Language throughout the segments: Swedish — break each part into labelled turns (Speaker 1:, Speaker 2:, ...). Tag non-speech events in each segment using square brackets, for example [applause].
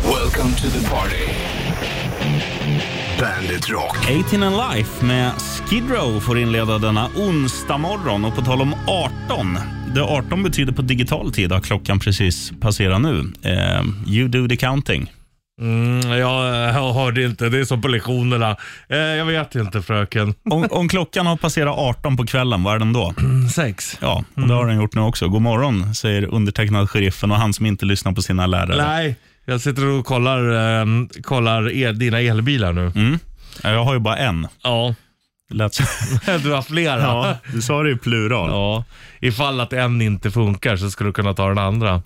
Speaker 1: Welcome to the party. Bandit Rock.
Speaker 2: 18 and Life med Skid Row får inleda denna onsdag morgon. Och på tal om 18. Det 18 betyder på digital tid att klockan precis passerar nu. Eh, you do the counting.
Speaker 3: Mm, jag eh, hörde inte, det är som på lektionerna. Eh, jag vet inte fröken.
Speaker 2: [laughs] Om, om klockan har passerat 18 på kvällen, vad är den då?
Speaker 3: Sex.
Speaker 2: Ja, och det har den gjort nu också. God morgon, säger undertecknad sheriffen och han som inte lyssnar på sina lärare.
Speaker 3: Nej, jag sitter och kollar, eh, kollar el, dina elbilar nu.
Speaker 2: Ja, Jag har ju bara en.
Speaker 3: Mm, Ja,
Speaker 2: Det Lät så.
Speaker 3: [laughs] du har flera. Ja.
Speaker 2: du sa det i plural. Ja.
Speaker 3: Ifall att en inte funkar så skulle du kunna ta den andra.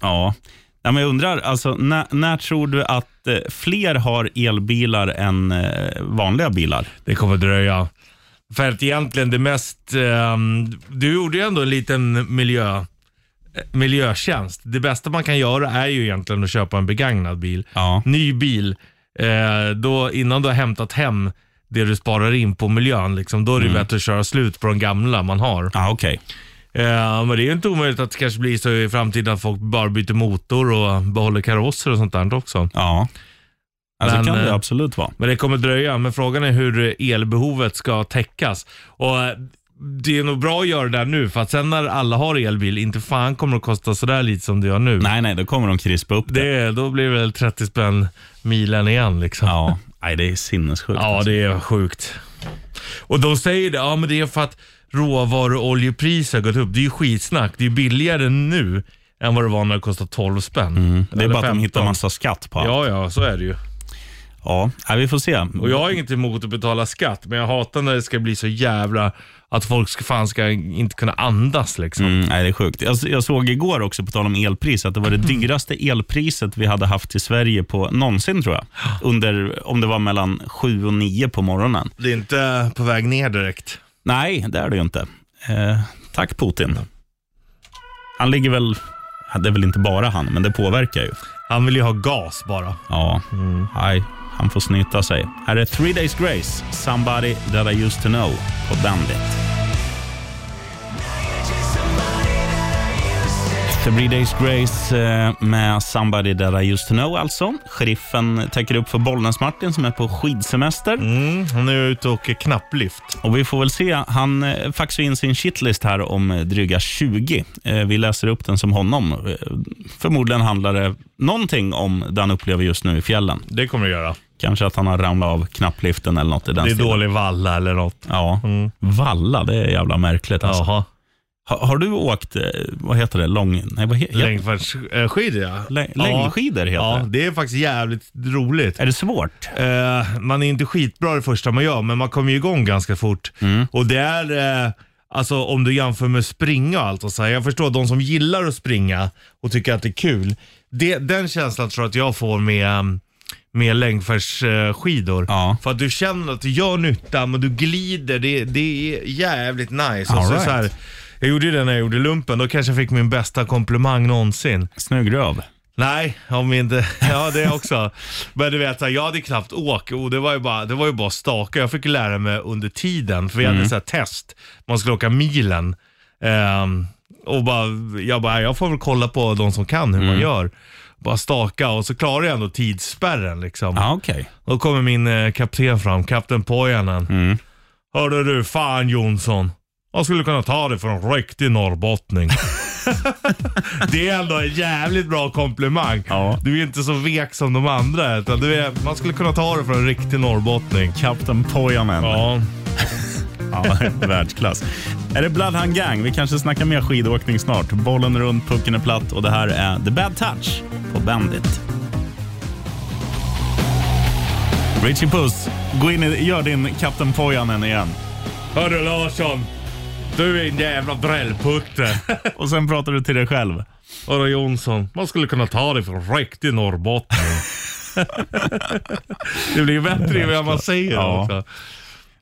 Speaker 2: Nej, men jag undrar, alltså, när, när tror du att eh, fler har elbilar än eh, vanliga bilar?
Speaker 3: Det kommer dröja. För att egentligen det mest... ehm, du gjorde ju ändå en liten miljö, eh, miljötjänst. Det bästa man kan göra är ju egentligen att köpa en begagnad bil.
Speaker 2: Ja.
Speaker 3: Ny bil, eh, då, innan du har hämtat hem det du sparar in på miljön, liksom, då är det ju bättre att köra slut på de gamla man har.
Speaker 2: Ja, Ah, okej.
Speaker 3: Eh, men det är ju inte omöjligt att det kanske blir så i framtiden att folk bara byter motor och behåller karosser och sånt där också.
Speaker 2: Ja. Alltså,
Speaker 3: Men,
Speaker 2: kan det
Speaker 3: eh,
Speaker 2: absolut vara.
Speaker 3: Men det kommer dröja. Men frågan är hur elbehovet ska täckas. Och eh, det är nog bra att göra det där nu, för att sen när alla har elbil, inte fan kommer det att kosta sådär lite som det gör nu.
Speaker 2: Nej, nej, då kommer de krispa upp det.
Speaker 3: Det, då blir det väl 30 spänn milen igen liksom.
Speaker 2: Ja. Nej, det är sinnessjukt.
Speaker 3: Ja,
Speaker 2: alltså.
Speaker 3: det är sjukt. Och de säger det, ja men det är för att råvaru och oljepriser har gått upp. Det är ju skitsnack. Det är ju billigare nu än vad det var när det kostade 12 spänn.
Speaker 2: Mm. det är
Speaker 3: Eller
Speaker 2: bara att de hittar
Speaker 3: 15.
Speaker 2: massa skatt på allt.
Speaker 3: Ja, ja, så är det ju.
Speaker 2: Ja. Nej, vi får se.
Speaker 3: Och jag har inget emot att betala skatt, men jag hatar när det ska bli så jävla... Att folk ska, fan ska inte kunna andas liksom.
Speaker 2: Mm, nej, det är sjukt. Jag, jag såg igår också, på tal om elpris, att det var
Speaker 3: Mm.
Speaker 2: det dyraste elpriset vi hade haft i Sverige på någonsin, tror jag. Under, om det var mellan sju och nio på morgonen.
Speaker 3: Det är inte på väg ner direkt.
Speaker 2: Nej, det är det ju inte. Eh, tack Putin. Han ligger väl... ja, Det är väl inte bara han, men det påverkar ju.
Speaker 3: Han vill ju ha gas bara.
Speaker 2: Ja, nej. Han får snyta sig. Här är Three Days Grace, Somebody That I Used To Know på Bandit. Three Days Grace eh, med Somebody That I Used To Know alltså. Sheriffen täcker upp för Bollnäs-Martin som är på skidsemester.
Speaker 3: Mm, han är ju ute och åker knapplift.
Speaker 2: Och Vi får väl se. Han eh, faxar in sin shitlist här om eh, dryga 20. Eh, vi läser upp den som honom. Eh, förmodligen handlar det någonting om det han upplever just nu i fjällen.
Speaker 3: Det kommer du göra.
Speaker 2: Kanske att han har ramlat av knappliften eller något i den
Speaker 3: Det är Mm.
Speaker 2: stilen.
Speaker 3: dålig valla eller något.
Speaker 2: Ja. Valla, det är jävla märkligt. Alltså.
Speaker 3: Jaha.
Speaker 2: Ha, har du åkt, eh, vad heter det, lång... Nej, vad he, he,
Speaker 3: Längdskidor eh, ja.
Speaker 2: lä, längdskidor heter
Speaker 3: Ja,
Speaker 2: det.
Speaker 3: det är faktiskt jävligt roligt.
Speaker 2: Är det svårt?
Speaker 3: Eh, man är inte skitbra det första man gör, men man kommer ju igång ganska fort.
Speaker 2: Mm.
Speaker 3: Och det är, eh, alltså om du jämför med springa och allt och så här. Jag förstår de som gillar att springa och tycker att det är kul. Det, den känslan tror jag att jag får med eh, med längdfärdsskidor.
Speaker 2: Ja.
Speaker 3: För att du känner att du gör nytta, men du glider. Det, det är jävligt nice. Och
Speaker 2: All
Speaker 3: så
Speaker 2: right.
Speaker 3: så här, jag gjorde ju det när jag gjorde lumpen. Då kanske jag fick min bästa komplimang någonsin.
Speaker 2: Snygg röv.
Speaker 3: Nej, om inte. [laughs] Ja, det också. Men du vet, så här, jag hade knappt åkt. Och det, var ju bara, det var ju bara staka. Jag fick ju lära mig under tiden, för vi
Speaker 2: Mm.
Speaker 3: hade så här test. Man skulle åka milen. Ehm, och bara, jag bara, jag får väl kolla på de som kan hur
Speaker 2: Mm.
Speaker 3: man gör. Bara staka och så klarar jag ändå tidsspärren liksom.
Speaker 2: Ja, okej.
Speaker 3: Då kommer min eh, kapten fram, kapten Pojanen.
Speaker 2: Mm.
Speaker 3: Hörde du, fan Jonsson. Jag skulle kunna ta det för en
Speaker 2: [laughs]
Speaker 3: riktig norrbottning. det är ändå en jävligt bra komplimang.
Speaker 2: Ja.
Speaker 3: Du är inte så vek som de andra. Utan du är, man skulle kunna ta det för en riktig norrbottning.
Speaker 2: Captain Pojanen.
Speaker 3: Ja.
Speaker 2: [laughs] Ja, världsklass. Är det Bloodhound Gang? Vi kanske snackar mer skidåkning snart. Bollen är rund, pucken är platt och det här är The Bad Touch på Bandit. Richie Puss, gå in i, gör din Kapten Pojanen igen.
Speaker 3: Hörru Larsson. Du är en jävla brällputte.
Speaker 2: Och sen pratar du till dig själv.
Speaker 3: [laughs] Hörru Jonsson. Man skulle kunna ta det för en riktig norrbottning. [laughs] det blir ju bättre ju mer man säger
Speaker 2: Ja.
Speaker 3: också.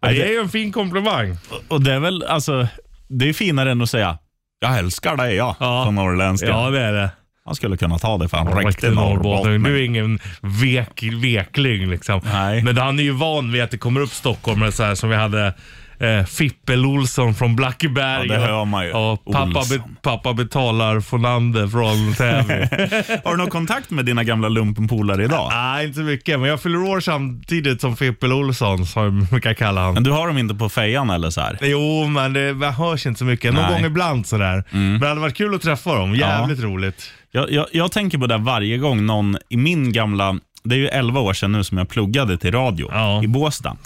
Speaker 3: Men det är ju en fin komplimang.
Speaker 2: Och det är väl, alltså, det är finare än att säga jag älskar dig jag,
Speaker 3: Ja.
Speaker 2: på norrländska.
Speaker 3: det är det.
Speaker 2: Han skulle kunna ta det för en riktig
Speaker 3: Riktig norrbottning.
Speaker 2: norrbottning.
Speaker 3: Du är ingen vek, vekling liksom.
Speaker 2: Nej.
Speaker 3: Men han är ju van vid att det kommer upp stockholmare så här som vi hade eh, eh, Fippel-Olsson från Blackeberg.
Speaker 2: Ja, det hör man ju.
Speaker 3: Ja, pappa, be,
Speaker 2: Olsson.
Speaker 3: pappa betalar Fornander från Täby.
Speaker 2: [laughs] Har du någon kontakt med dina gamla lumpenpolare idag?
Speaker 3: Nej, inte mycket. Men jag fyller år samtidigt som Fippel-Olsson, som jag brukar kalla honom.
Speaker 2: Men du har dem inte på fejan eller så här?
Speaker 3: Jo, men det man hörs inte så mycket. Någon
Speaker 2: Nej. Mm.
Speaker 3: gång ibland sådär. Men det hade varit kul att träffa dem. Jävligt roligt.
Speaker 2: Jag, jag, jag tänker på det varje gång någon i min gamla, det är ju 11 år sedan nu som jag pluggade till radio
Speaker 3: Ja.
Speaker 2: i Båstad.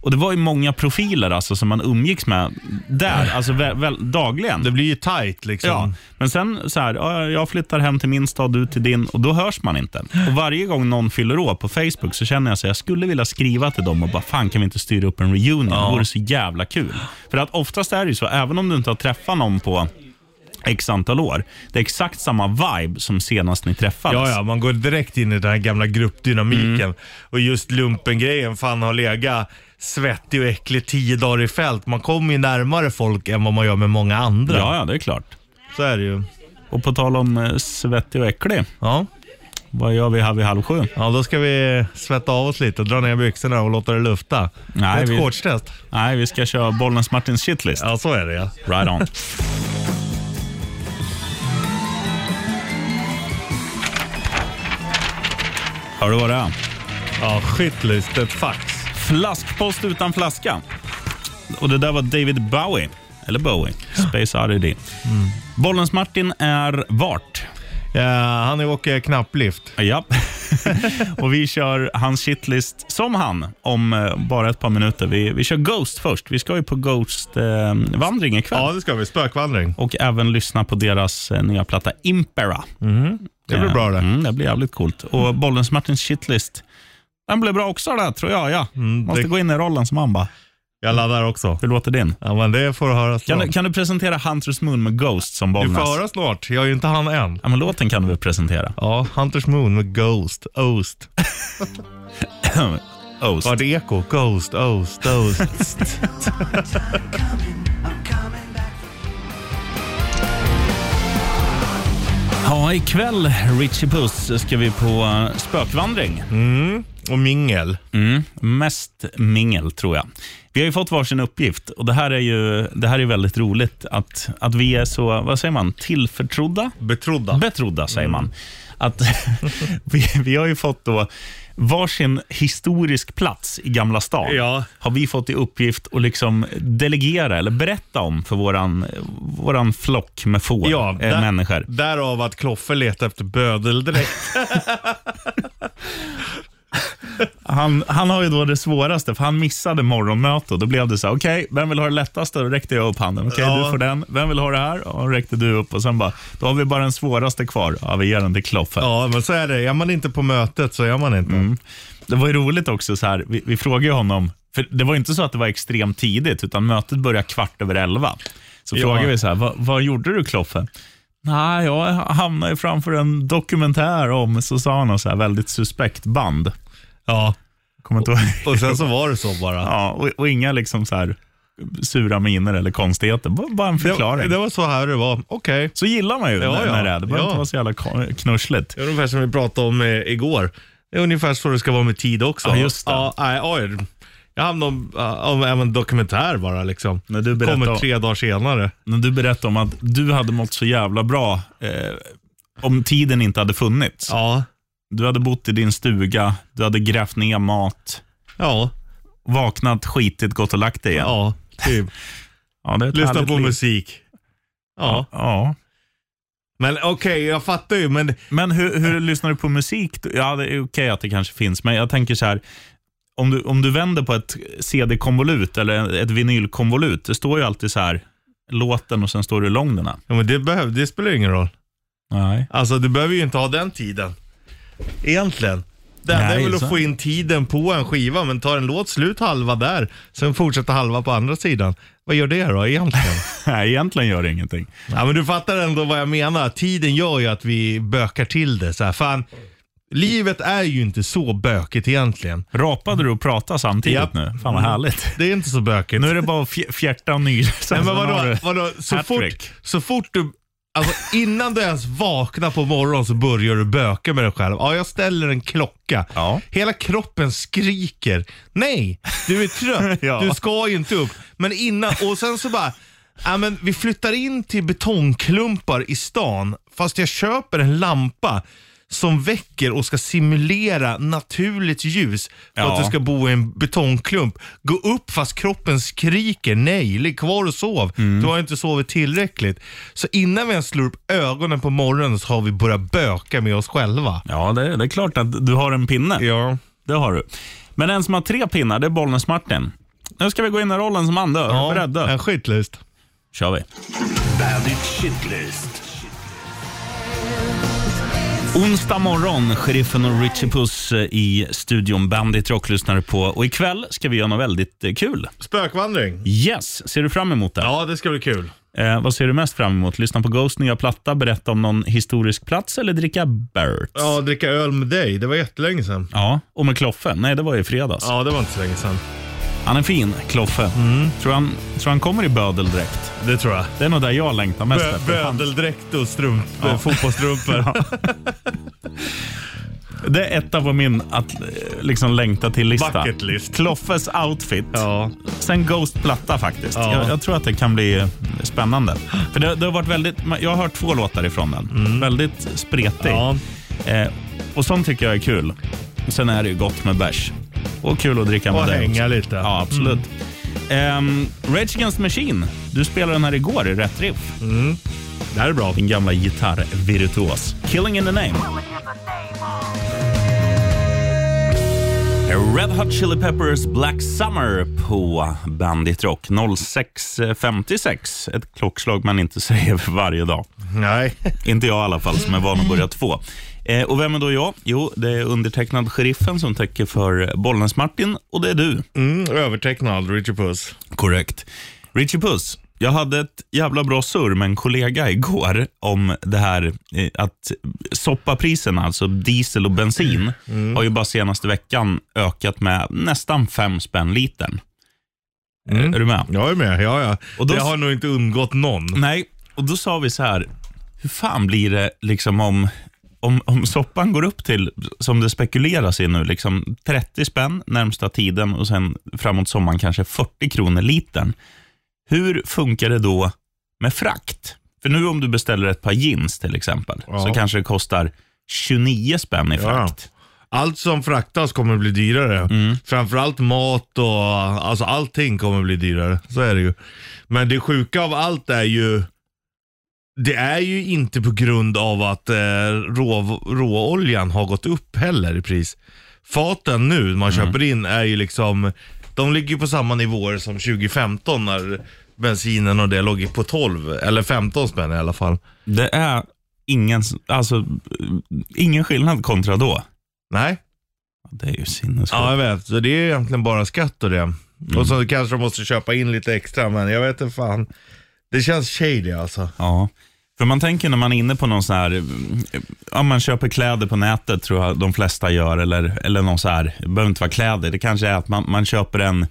Speaker 2: Och Det var ju många profiler alltså, som man umgicks med där, alltså vä- väl, dagligen.
Speaker 3: Det blir ju tight liksom.
Speaker 2: Ja, men sen så här, ja, jag flyttar hem till min stad, du till din och då hörs man inte. Och Varje gång någon fyller år på Facebook så känner jag så här, jag skulle vilja skriva till dem och bara, fan kan vi inte styra upp en reunion? Det vore så jävla kul. För att oftast är det ju så, även om du inte har träffat någon på x antal år, det är exakt samma vibe som senast ni träffades.
Speaker 3: Ja, ja, man går direkt in i den här gamla gruppdynamiken.
Speaker 2: Mm.
Speaker 3: Och just lumpen-grejen, fan har legat svettig och äcklig tio dagar i fält. Man kommer ju närmare folk än vad man gör med många andra.
Speaker 2: ja, ja, det är klart.
Speaker 3: Så är det ju.
Speaker 2: Och på tal om eh, svettig och äcklig,
Speaker 3: Ja.
Speaker 2: vad gör vi här vid halv sju?
Speaker 3: ja, då ska vi svetta av oss lite, dra ner byxorna och låta det lufta. det är ett
Speaker 2: vi-
Speaker 3: shortstest.
Speaker 2: Nej, vi ska köra Bollnäs Martins shitlist.
Speaker 3: Ja, så är det ja.
Speaker 2: Right on. Hör du vad det är?
Speaker 3: Ja, shitlist, ett fax.
Speaker 2: Flaskpost utan flaska. Och Det där var David Bowie, eller Bowie, Space Oddity. Bollens Martin är vart?
Speaker 3: Ja, han är åker knapplift.
Speaker 2: Ja. [laughs] och Vi kör hans shitlist som han om eh, bara ett par minuter. Vi, vi kör Ghost först. Vi ska ju på Ghost-vandring ikväll.
Speaker 3: Ja, det ska vi. Spökvandring.
Speaker 2: och även lyssna på deras eh, nya platta Impera.
Speaker 3: Det blir bra det. Mm.
Speaker 2: Mm, det blir jävligt coolt. Och Bollens Martins shitlist, den blev bra också där tror jag. Ja. Måste
Speaker 3: Mm, det-
Speaker 2: gå in i rollen som han bara.
Speaker 3: Jag laddar också.
Speaker 2: Hur låter din?
Speaker 3: Ja, men det får du höra
Speaker 2: Kan,
Speaker 3: snart.
Speaker 2: du, kan du presentera Hunters Moon med Ghost som
Speaker 3: Du
Speaker 2: Bollnäs?
Speaker 3: får höra snart. Jag är ju inte han än.
Speaker 2: Ja, men låten kan du väl
Speaker 3: [laughs]
Speaker 2: presentera?
Speaker 3: Ja, Hunters Moon med Ghost, Oast.
Speaker 2: Ost.
Speaker 3: Vart eko? Ghost, Oast, Oast.
Speaker 2: Ja, ikväll, Richie Puss, ska vi på eh, spökvandring.
Speaker 3: Mm. och mingel.
Speaker 2: Mm, mest mingel, tror jag. Vi har ju fått varsin uppgift och det här är ju det här är väldigt roligt att, att vi är så, vad säger man, tillförtrodda?
Speaker 3: Betrodda.
Speaker 2: Betrodda säger man. Att [laughs] vi, vi har ju fått då varsin historisk plats i Gamla stan.
Speaker 3: Ja.
Speaker 2: Har vi fått i uppgift att liksom delegera eller berätta om för våran, våran flock med får,
Speaker 3: ja,
Speaker 2: eh,
Speaker 3: där-
Speaker 2: människor.
Speaker 3: Därav att Kloffe letar efter bödeldräkt.
Speaker 2: Han, han har ju då det svåraste, för han missade morgonmöte och då blev det så här, okej, vem vill ha det lättaste? Då räckte jag upp handen. Okej,
Speaker 3: Ja.
Speaker 2: du får den. Vem vill ha det här? Ja, då räckte du upp och sen bara, då har vi bara den svåraste kvar. Ja, vi ger den till Kloffe.
Speaker 3: ja, men så är det. Är man inte på mötet så är man inte.
Speaker 2: Det var ju roligt också, så här, vi, vi frågade ju honom, för det var ju inte så att det var extremt tidigt, utan mötet började kvart över elva. Så
Speaker 3: Ja.
Speaker 2: frågade vi så här, "Vad- vad gjorde du Kloffe? Nej, jag hamnade ju framför en dokumentär om, så sa han något så här väldigt suspekt band.
Speaker 3: Ja,
Speaker 2: Kommer inte ihåg.
Speaker 3: och sen så var det så bara.
Speaker 2: Ja, och, och inga liksom så här sura miner eller konstigheter, B- bara en
Speaker 3: Det,
Speaker 2: förklaring.
Speaker 3: det var så här det var. Okej.
Speaker 2: Så gillar man ju
Speaker 3: Ja,
Speaker 2: när,
Speaker 3: ja.
Speaker 2: när det är, det behöver
Speaker 3: Ja.
Speaker 2: inte vara så jävla ko- knussligt.
Speaker 3: Det är ungefär som vi pratade om eh, igår. Det är ungefär så det ska vara med tid också.
Speaker 2: Ja, just det.
Speaker 3: Ja, nej, oj. Jag hamnade om, eh, om en dokumentär bara liksom.
Speaker 2: När du berättade
Speaker 3: Kommer
Speaker 2: om-
Speaker 3: tre dagar senare.
Speaker 2: När du berättade om att du hade mått så jävla bra eh, om tiden inte hade funnits.
Speaker 3: Ja.
Speaker 2: Du hade bott i din stuga, du hade grävt ner mat,
Speaker 3: Ja.
Speaker 2: vaknat, skitit, gått och lagt dig igen.
Speaker 3: Ja. Typ.
Speaker 2: Ja, det är ett
Speaker 3: Lyssna
Speaker 2: härligt
Speaker 3: på
Speaker 2: liv.
Speaker 3: musik. Ja.
Speaker 2: Ja.
Speaker 3: Men okej, jag fattar ju. Men
Speaker 2: Men hur, hur lyssnar du på musik? då? Ja, det är okej att det kanske finns, men jag tänker så här. Om du, om du vänder på ett CD-konvolut eller ett vinylkonvolut, det står ju alltid så här låten och sen står det hur lång den är.
Speaker 3: Ja, men det, behöv, det spelar ju ingen roll.
Speaker 2: Nej.
Speaker 3: Alltså du behöver ju inte ha den tiden. Egentligen. Det enda är
Speaker 2: Nej,
Speaker 3: väl
Speaker 2: så-
Speaker 3: att få in tiden på en skiva, men tar en låt slut halva där, sen fortsätter halva på andra sidan. Vad gör det
Speaker 2: [laughs]
Speaker 3: då egentligen?
Speaker 2: [laughs] Nej, egentligen gör det ingenting.
Speaker 3: ja, men du fattar ändå vad jag menar. Tiden gör ju att vi bökar till det. Så här, fan, livet är ju inte så bökigt egentligen.
Speaker 2: Rapade du och pratade samtidigt
Speaker 3: Japp.
Speaker 2: nu? Fan vad härligt.
Speaker 3: Det är inte så bökigt. [laughs]
Speaker 2: Nu är det bara att fj- fjärta och nyla.
Speaker 3: Nej, men vadå, vadå
Speaker 2: Alltså,
Speaker 3: så, fort,
Speaker 2: Hattrick.
Speaker 3: så fort du Alltså innan du ens vaknar på morgonen så börjar du böka med dig själv. Ja, jag ställer en klocka.
Speaker 2: Ja.
Speaker 3: Hela kroppen skriker. Nej, du är trött.
Speaker 2: [laughs] Ja.
Speaker 3: Du ska ju inte upp. Men innan, och sen så bara, ja men vi flyttar in till betongklumpar i stan. Fast jag köper en lampa som väcker och ska simulera naturligt ljus för
Speaker 2: Ja.
Speaker 3: att du ska bo i en betongklump. Gå upp fast kroppen skriker nej, ligg kvar och sov. Du har inte sovit tillräckligt. Så innan vi ens slår upp ögonen på morgonen så har vi börjat böka med oss själva.
Speaker 2: Ja, det, det är klart att du har en pinne.
Speaker 3: Ja.
Speaker 2: Det har du. Men den som har tre pinnar, det är Bollnäs-Martin. Nu ska vi gå in i rollen som han, då. Är du beredd? då?
Speaker 3: en skitlist.
Speaker 2: kör vi.
Speaker 1: Bandit Shitlist.
Speaker 2: Onsdag morgon, sheriffen och Richie Puss eh, i studion Bandit Rock lyssnar du på. Och ikväll ska vi göra något väldigt eh, kul.
Speaker 3: Spökvandring.
Speaker 2: Yes, ser du fram emot det?
Speaker 3: Ja, det ska bli kul.
Speaker 2: Eh, vad ser du mest fram emot? Lyssna på Ghosts nya platta, berätta om någon historisk plats eller dricka Barretts?
Speaker 3: Ja, dricka öl med dig. Det var jättelänge sedan.
Speaker 2: Ja, och med Kloffe? Nej, det var i fredags.
Speaker 3: Ja, det var inte så länge sedan.
Speaker 2: Han är fin, Kloffe.
Speaker 3: Mm.
Speaker 2: Tror, han, tror han kommer i bödeldräkt?
Speaker 3: Det tror jag.
Speaker 2: Det är nog där jag längtar mest
Speaker 3: Bö-
Speaker 2: efter. Han-
Speaker 3: Bödeldräkt och strump, eh, fotbollsstrumpor.
Speaker 2: [laughs] Det är ett av min att eh, liksom längta till-lista.
Speaker 3: Bucket list.
Speaker 2: Kloffes outfit.
Speaker 3: [laughs] Ja.
Speaker 2: Sen Ghost platta faktiskt.
Speaker 3: Ja.
Speaker 2: Jag, jag tror att det kan bli eh, spännande. För det, det har varit väldigt, jag har hört två låtar ifrån den. Väldigt spretig.
Speaker 3: Mm. Ja.
Speaker 2: Eh, och sånt tycker jag är kul. Sen är det ju gott med bärs. Och kul att dricka med
Speaker 3: Och
Speaker 2: dig
Speaker 3: hänga
Speaker 2: också.
Speaker 3: lite. Mm.
Speaker 2: Ja, absolut. Ehm, Rage Against the Machine. Du spelade den här igår i rätt riff.
Speaker 3: Mm. Det här är bra.
Speaker 2: Din gamla gitarrvirtuos. Killing in the name. Red Hot Chili Peppers Black Summer på Bandit Rock 06.56. Ett klockslag man inte [laughs] säger för varje dag.
Speaker 3: Nej.
Speaker 2: Inte jag i alla fall, som är van att börja två. Eh, och vem är då jag? Jo, det är undertecknad sheriffen som täcker för Bollnäs-Martin och det är du.
Speaker 3: Mm, övertecknad, Richard Puss.
Speaker 2: Korrekt. Richie Puss, jag hade ett jävla bra surr med en kollega igår om det här eh, att soppapriserna, alltså diesel och bensin, har ju bara senaste veckan ökat med nästan fem spänn litern. Eh, Är du med?
Speaker 3: Jag är med, ja ja.
Speaker 2: Och då-
Speaker 3: det har nog inte undgått någon.
Speaker 2: Nej, och då sa vi så här, hur fan blir det liksom om, om, om soppan går upp till, som det spekuleras i nu, liksom 30 spänn närmsta tiden och sen framåt sommaren kanske 40 kronor litern. Hur funkar det då med frakt? För nu om du beställer ett par jeans till exempel,
Speaker 3: Ja.
Speaker 2: så kanske det kostar 29 spänn i frakt.
Speaker 3: Allt som fraktas kommer bli dyrare.
Speaker 2: Mm.
Speaker 3: Framförallt mat och alltså allting kommer bli dyrare. Så är det ju. Men det sjuka av allt är ju det är ju inte på grund av att eh, rå, råoljan har gått upp heller i pris. Faten nu man
Speaker 2: Mm.
Speaker 3: köper in är ju liksom, de ligger ju på samma nivåer som 2015 när bensinen och det låg på 12 eller 15 spänn i alla fall.
Speaker 2: Det är ingen, alltså, ingen skillnad kontra då.
Speaker 3: Nej,
Speaker 2: Det är ju sinnessjukt.
Speaker 3: Ja, jag vet. Så det är egentligen bara skatt och det. Och så kanske de måste köpa in lite extra, men jag vet inte fan. Det känns shady alltså.
Speaker 2: Ja. För man tänker när man är inne på någon sån här, mm, ja man köper kläder på nätet tror jag de flesta gör, eller, eller någon så här, det behöver inte vara kläder, det kanske är att man, man köper en,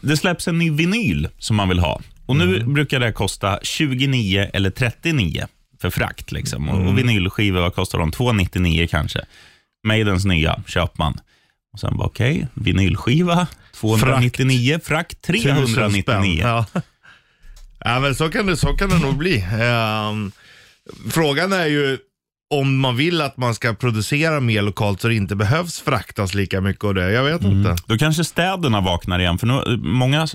Speaker 2: det släpps en ny vinyl som man vill ha. Och nu
Speaker 3: Mm.
Speaker 2: brukar det kosta 29 eller 39 för frakt liksom. Och,
Speaker 3: Mm.
Speaker 2: och vinylskivor, vad kostar de? 299 kanske. Maidens nya köper man. Och sen bara okej, vinylskiva 299, frakt,
Speaker 3: Tusen spänn.
Speaker 2: 399.
Speaker 3: Ja. [laughs] ja, men så kan det, så kan det nog bli. Ehm, frågan är ju om man vill att man ska producera mer lokalt så det inte behövs fraktas lika mycket och det. Jag vet inte.
Speaker 2: Då kanske städerna vaknar igen. För nu, många eh,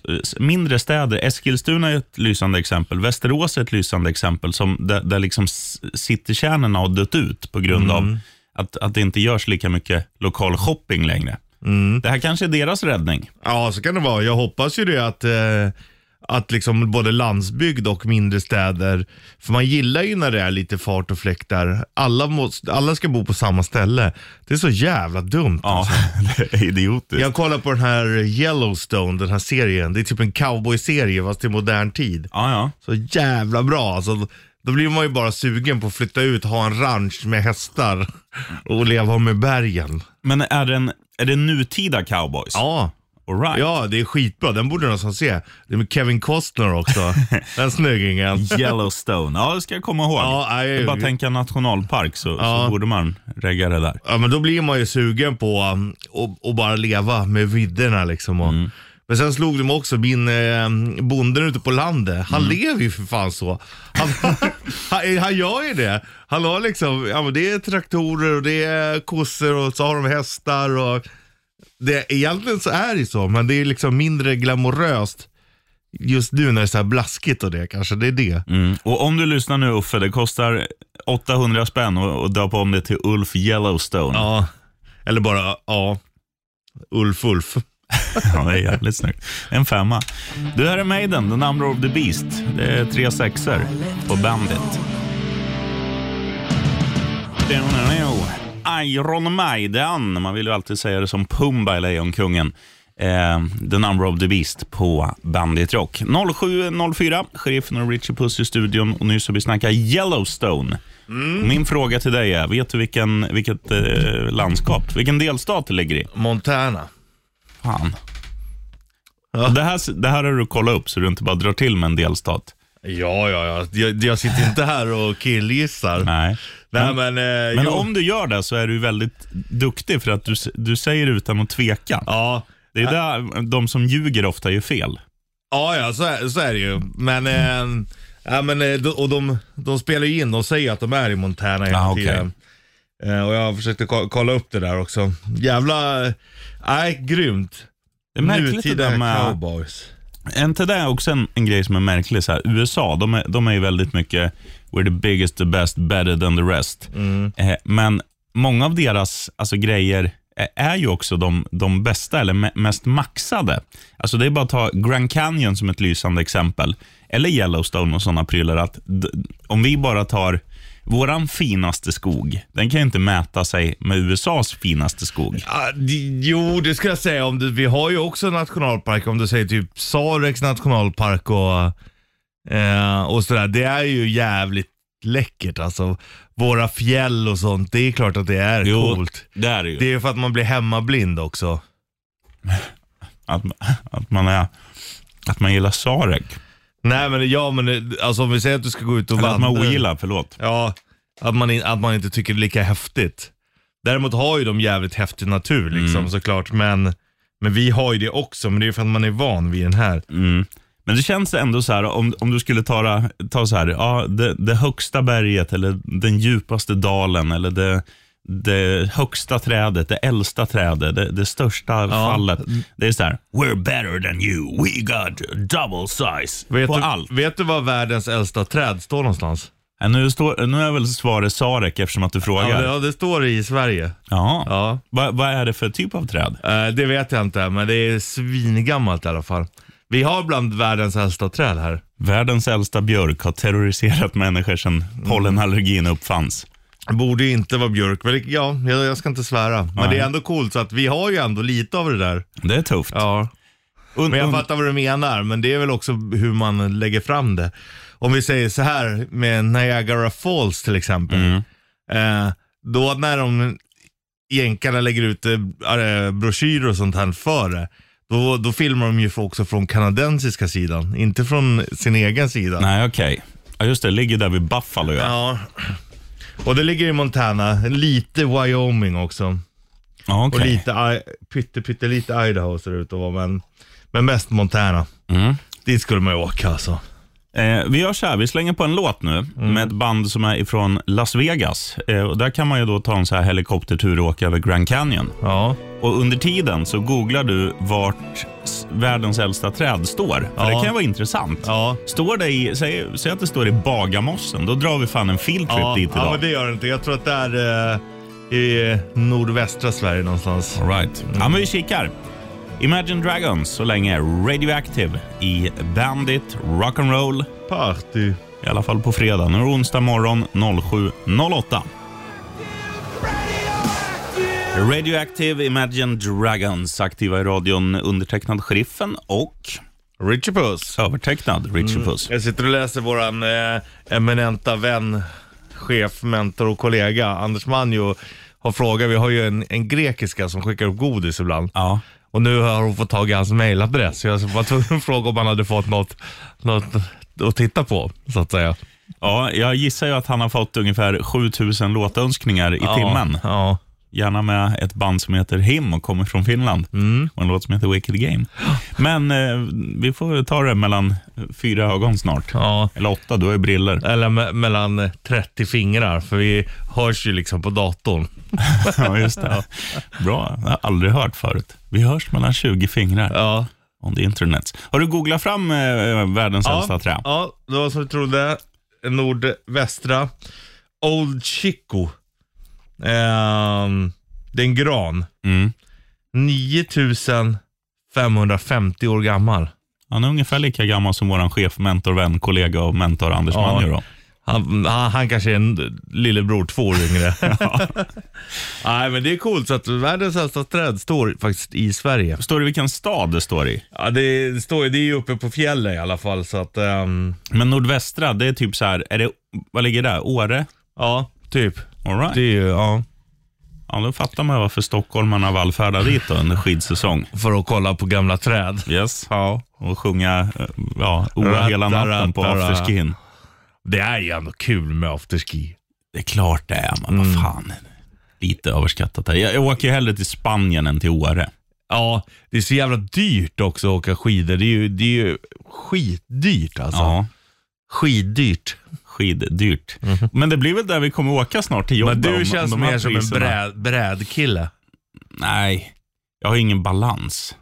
Speaker 2: mindre städer, Eskilstuna är ett lysande exempel, Västerås är ett lysande exempel, som, där, där liksom s- citykärnorna har dött ut på grund
Speaker 3: Mm.
Speaker 2: av att, att det inte görs lika mycket lokal shopping längre.
Speaker 3: Mm.
Speaker 2: Det här kanske är deras räddning.
Speaker 3: Ja, så kan det vara. Jag hoppas ju det att, eh, att liksom både landsbygd och mindre städer, för man gillar ju när det är lite fart och fläktar. Alla, måste, alla ska bo på samma ställe. Det är så jävla dumt.
Speaker 2: Ja, [laughs] det är idiotiskt.
Speaker 3: Jag kollar på den här Yellowstone, den här serien. Det är typ en cowboy-serie fast i modern tid.
Speaker 2: Ja, ja.
Speaker 3: Så jävla bra. Alltså, då blir man ju bara sugen på att flytta ut, ha en ranch med hästar och leva med bergen.
Speaker 2: Men är det, en, är det nutida cowboys?
Speaker 3: Ja,
Speaker 2: alright.
Speaker 3: Ja, det är skitbra. Den borde någon som se. Det är med Kevin Costner också. Den snyggingen.
Speaker 2: [laughs] Yellowstone. Ja, det ska jag komma ihåg.
Speaker 3: Ja, nej,
Speaker 2: jag bara tänka nationalpark så, så borde man regga det där.
Speaker 3: Ja, men då blir man ju sugen på um, att att bara leva med vidderna liksom. Och, Men sen slog de också min eh, bonden ute på landet. Han lever ju för fan så. Han, [laughs] han, han gör ju det. Han har liksom, ja men det är traktorer och det är kossor och så har de hästar och det, egentligen så är det ju så, men det är liksom mindre glamoröst just nu när det är så här blaskigt och det kanske. Det är det.
Speaker 2: Mm. Och om du lyssnar nu Uffe, det kostar 800 spänn och, och döpa om det till Ulf Yellowstone. Ja.
Speaker 3: Ja. Eller bara, ja. Ulf Ulf.
Speaker 2: det är jävligt snyggt. En femma. Du, här är Maiden, The Number of the Beast. Det är tre sexer på Bandit. Iron Maiden. Man vill ju alltid säga det som Pumba i Lejonkungen. Eh, the Number of the Beast på Bandit Rock. 0704, Sheriffen och Richie Puss i studion och nyss har vi snackat Yellowstone. Min fråga till dig är, vet du vilken, vilket eh, landskap, vilken delstat det ligger i?
Speaker 3: Montana.
Speaker 2: Fan. Det, här, det här har du kollat upp så du inte bara drar till med en delstat.
Speaker 3: Ja, ja, ja. Jag, jag sitter inte här och killgissar.
Speaker 2: Nej.
Speaker 3: Nej, men... Eh,
Speaker 2: Men
Speaker 3: jo.
Speaker 2: om du gör det så är du väldigt duktig för att du, s- du säger utan att tveka.
Speaker 3: Ja,
Speaker 2: Det är där de som ljuger ofta gör fel.
Speaker 3: ja, ja så, är, så är det ju. Men... Eh, ja, men eh, de- och de, de spelar ju in, de säger att de är i Montana hela
Speaker 2: Ah, okej.
Speaker 3: tiden. Eh, och jag försökte ko- kolla upp det där också. Jävla... eh, Nej, grymt.
Speaker 2: Det är märkligt det
Speaker 3: Nutida
Speaker 2: där med...
Speaker 3: cowboys.
Speaker 2: Är inte det också en, en grej som är märklig? Så här, USA, de är, de är ju väldigt mycket “We're the biggest, the best, better than the rest”.
Speaker 3: Mm.
Speaker 2: Eh, men många av deras alltså, grejer eh, är ju också de, de bästa eller me- mest maxade. Alltså Det är bara att ta Grand Canyon som ett lysande exempel, eller Yellowstone och sådana prylar. Att d- om vi bara tar våran finaste skog, den kan ju inte mäta sig med USAs finaste skog.
Speaker 3: Ja, d- jo, det ska jag säga. Om du, vi har ju också nationalpark, om du säger typ Sareks nationalpark och, eh, och sådär. Det är ju jävligt läckert alltså. Våra fjäll och sånt, det är klart att det är coolt.
Speaker 2: det är det ju.
Speaker 3: Det är ju för att man blir hemmablind också.
Speaker 2: Att, att, man är, att man gillar Sarek.
Speaker 3: Nej men ja, men eh, alltså om vi säger att du ska gå ut och
Speaker 2: Eller att
Speaker 3: vandra.
Speaker 2: man ogillar, förlåt.
Speaker 3: Ja, att man, in, att man inte tycker det är lika häftigt. Däremot har ju de jävligt häftig natur liksom
Speaker 2: Mm.
Speaker 3: såklart, men, men vi har ju det också. Men det är ju för att man är van vid den här.
Speaker 2: Men det känns ändå så här, om, om du skulle ta, ta så här, ja, det, det högsta berget eller den djupaste dalen eller det, det högsta trädet, det äldsta trädet, det, det största fallet. Det är så här, we're better than you, we got double size
Speaker 3: Vet
Speaker 2: på
Speaker 3: du,
Speaker 2: allt.
Speaker 3: Vet du var världens äldsta träd står någonstans?
Speaker 2: Ja, nu, står, nu är väl svaret Sarek eftersom att du
Speaker 3: Ja,
Speaker 2: frågar.
Speaker 3: det,
Speaker 2: Ja,
Speaker 3: ja, det står i Sverige. Ja.
Speaker 2: Va- Vad är det för typ av träd?
Speaker 3: Eh, det vet jag inte, men det är svingammalt i alla fall. Vi har bland världens äldsta träd här.
Speaker 2: Världens äldsta björk har terroriserat människor sedan
Speaker 3: Mm.
Speaker 2: pollenallergin uppfanns.
Speaker 3: Borde ju inte vara björk, men det, ja, jag, jag ska inte svära. Men
Speaker 2: Nej.
Speaker 3: det är ändå coolt, så att vi har ju ändå lite av det där.
Speaker 2: Det är tufft.
Speaker 3: Ja.
Speaker 2: Und-
Speaker 3: Men jag
Speaker 2: und-
Speaker 3: fattar vad du menar, men det är väl också hur man lägger fram det. Om vi säger så här med Niagara Falls till exempel. Eh, då när de jänkarna lägger ut eh, eh, broschyrer och sånt här för det, då, då filmar de ju också från kanadensiska sidan, inte från sin egen sida.
Speaker 2: Nej, okej. Ja, just det. Ligger där vid Buffalo. Ja.
Speaker 3: Ja. Och det ligger i Montana, lite Wyoming också.
Speaker 2: Ja,
Speaker 3: Och
Speaker 2: okej.
Speaker 3: lite, I- pytte, pytte lite Idaho ser det ut att vara, men, men mest Montana.
Speaker 2: Mm.
Speaker 3: Dit skulle man ju åka alltså.
Speaker 2: Eh, vi gör så här, vi slänger på en låt nu
Speaker 3: Mm.
Speaker 2: med ett band som är ifrån Las Vegas. Eh, och där kan man ju då ta en så här helikoptertur och åka över Grand Canyon.
Speaker 3: Ja.
Speaker 2: Och under tiden så googlar du vart s- världens äldsta träd står. För
Speaker 3: Ja.
Speaker 2: det kan ju vara intressant.
Speaker 3: Ja.
Speaker 2: Står det i, säg, säg att det står i Bagarmossen, då drar vi fan en fieldtrip
Speaker 3: Ja,
Speaker 2: dit
Speaker 3: ja,
Speaker 2: idag.
Speaker 3: men det gör det inte. Jag tror att det är eh, i nordvästra Sverige någonstans.
Speaker 2: All right.
Speaker 3: Mm.
Speaker 2: Ja, men vi kikar. Imagine Dragons så länge Radioactive i Bandit Rock'n'Roll.
Speaker 3: Party.
Speaker 2: I alla fall på fredag. Nu är det onsdag morgon 07.08. Radioactive Imagine Dragons aktiva i radion undertecknad Sheriffen och
Speaker 3: Richie Puss.
Speaker 2: övertecknad
Speaker 3: Mm.
Speaker 2: Richie Puss.
Speaker 3: Jag sitter och läser våran eh, eminenta vän, chef, mentor och kollega Anders Manjo har frågat, vi har ju en, en grekiska som skickar upp godis ibland.
Speaker 2: Ja.
Speaker 3: Och nu har hon fått tag i hans mailadress. Så jag var tvungen att fråga om han hade fått något, något att titta på, så att säga.
Speaker 2: ja, jag gissar ju att han har fått ungefär 7000 låtönskningar i timmen.
Speaker 3: Ja.
Speaker 2: Gärna med ett band som heter Him och kommer från Finland.
Speaker 3: Mm.
Speaker 2: Och en låt som heter Wicked Game. Men eh, vi får väl ta det mellan fyra ögon snart.
Speaker 3: ja.
Speaker 2: Eller åtta, du har ju briller.
Speaker 3: Eller me- mellan eh, 30 fingrar, för vi hörs ju liksom på datorn.
Speaker 2: [laughs] Ja, just det. Bra, jag har aldrig hört förut. Vi hörs mellan 20 fingrar
Speaker 3: Ja.
Speaker 2: on the internet. Har du googlat fram eh, världens äldsta trä?
Speaker 3: ja, det var som vi trodde. Nordvästra. Old Chico. Ehm, det är en gran.
Speaker 2: Mm.
Speaker 3: 9550 år gammal.
Speaker 2: Han är ungefär lika gammal som vår chef, mentor, vän, kollega och mentor Anders
Speaker 3: Ja.
Speaker 2: Manjo. då.
Speaker 3: Han, han, han kanske är en lillebror två år [laughs] yngre. Nej, men det är coolt. Så att världens äldsta träd står faktiskt i Sverige.
Speaker 2: Står det vilken stad det står i?
Speaker 3: Ja, det, står, ju- det är ju uppe på fjällen i alla fall. Så att, ehm,
Speaker 2: Men nordvästra, det är typ så här, är det, vad ligger det där? Åre?
Speaker 3: ja, typ.
Speaker 2: All right.
Speaker 3: Det är ju, ja.
Speaker 2: Ja, då fattar man varför stockholmarna vallfärdar dit då, under skidsäsong.
Speaker 3: För att kolla på gamla träd.
Speaker 2: Yes. Ja. Och sjunga eh, ja, Oa hela natten på
Speaker 3: Rattarattara.
Speaker 2: afterskin.
Speaker 3: Det är ju ändå kul med afterski.
Speaker 2: Det är klart det är, men
Speaker 3: Mm.
Speaker 2: vad fan. Lite överskattat. Här. Jag, jag åker ju hellre till Spanien än till Åre.
Speaker 3: Ja, det är så jävla dyrt också att åka skidor. Det är ju, det är ju skitdyrt alltså.
Speaker 2: Ja,
Speaker 3: Skitdyrt.
Speaker 2: skiddyrt. Men det blir väl där vi kommer åka snart till jobbet.
Speaker 3: Mhm. Men
Speaker 2: om-
Speaker 3: du
Speaker 2: om
Speaker 3: känns
Speaker 2: de här
Speaker 3: mer som en
Speaker 2: priserna.
Speaker 3: bräd, brädkille.
Speaker 2: Nej, jag har ingen
Speaker 3: [laughs]
Speaker 2: balans.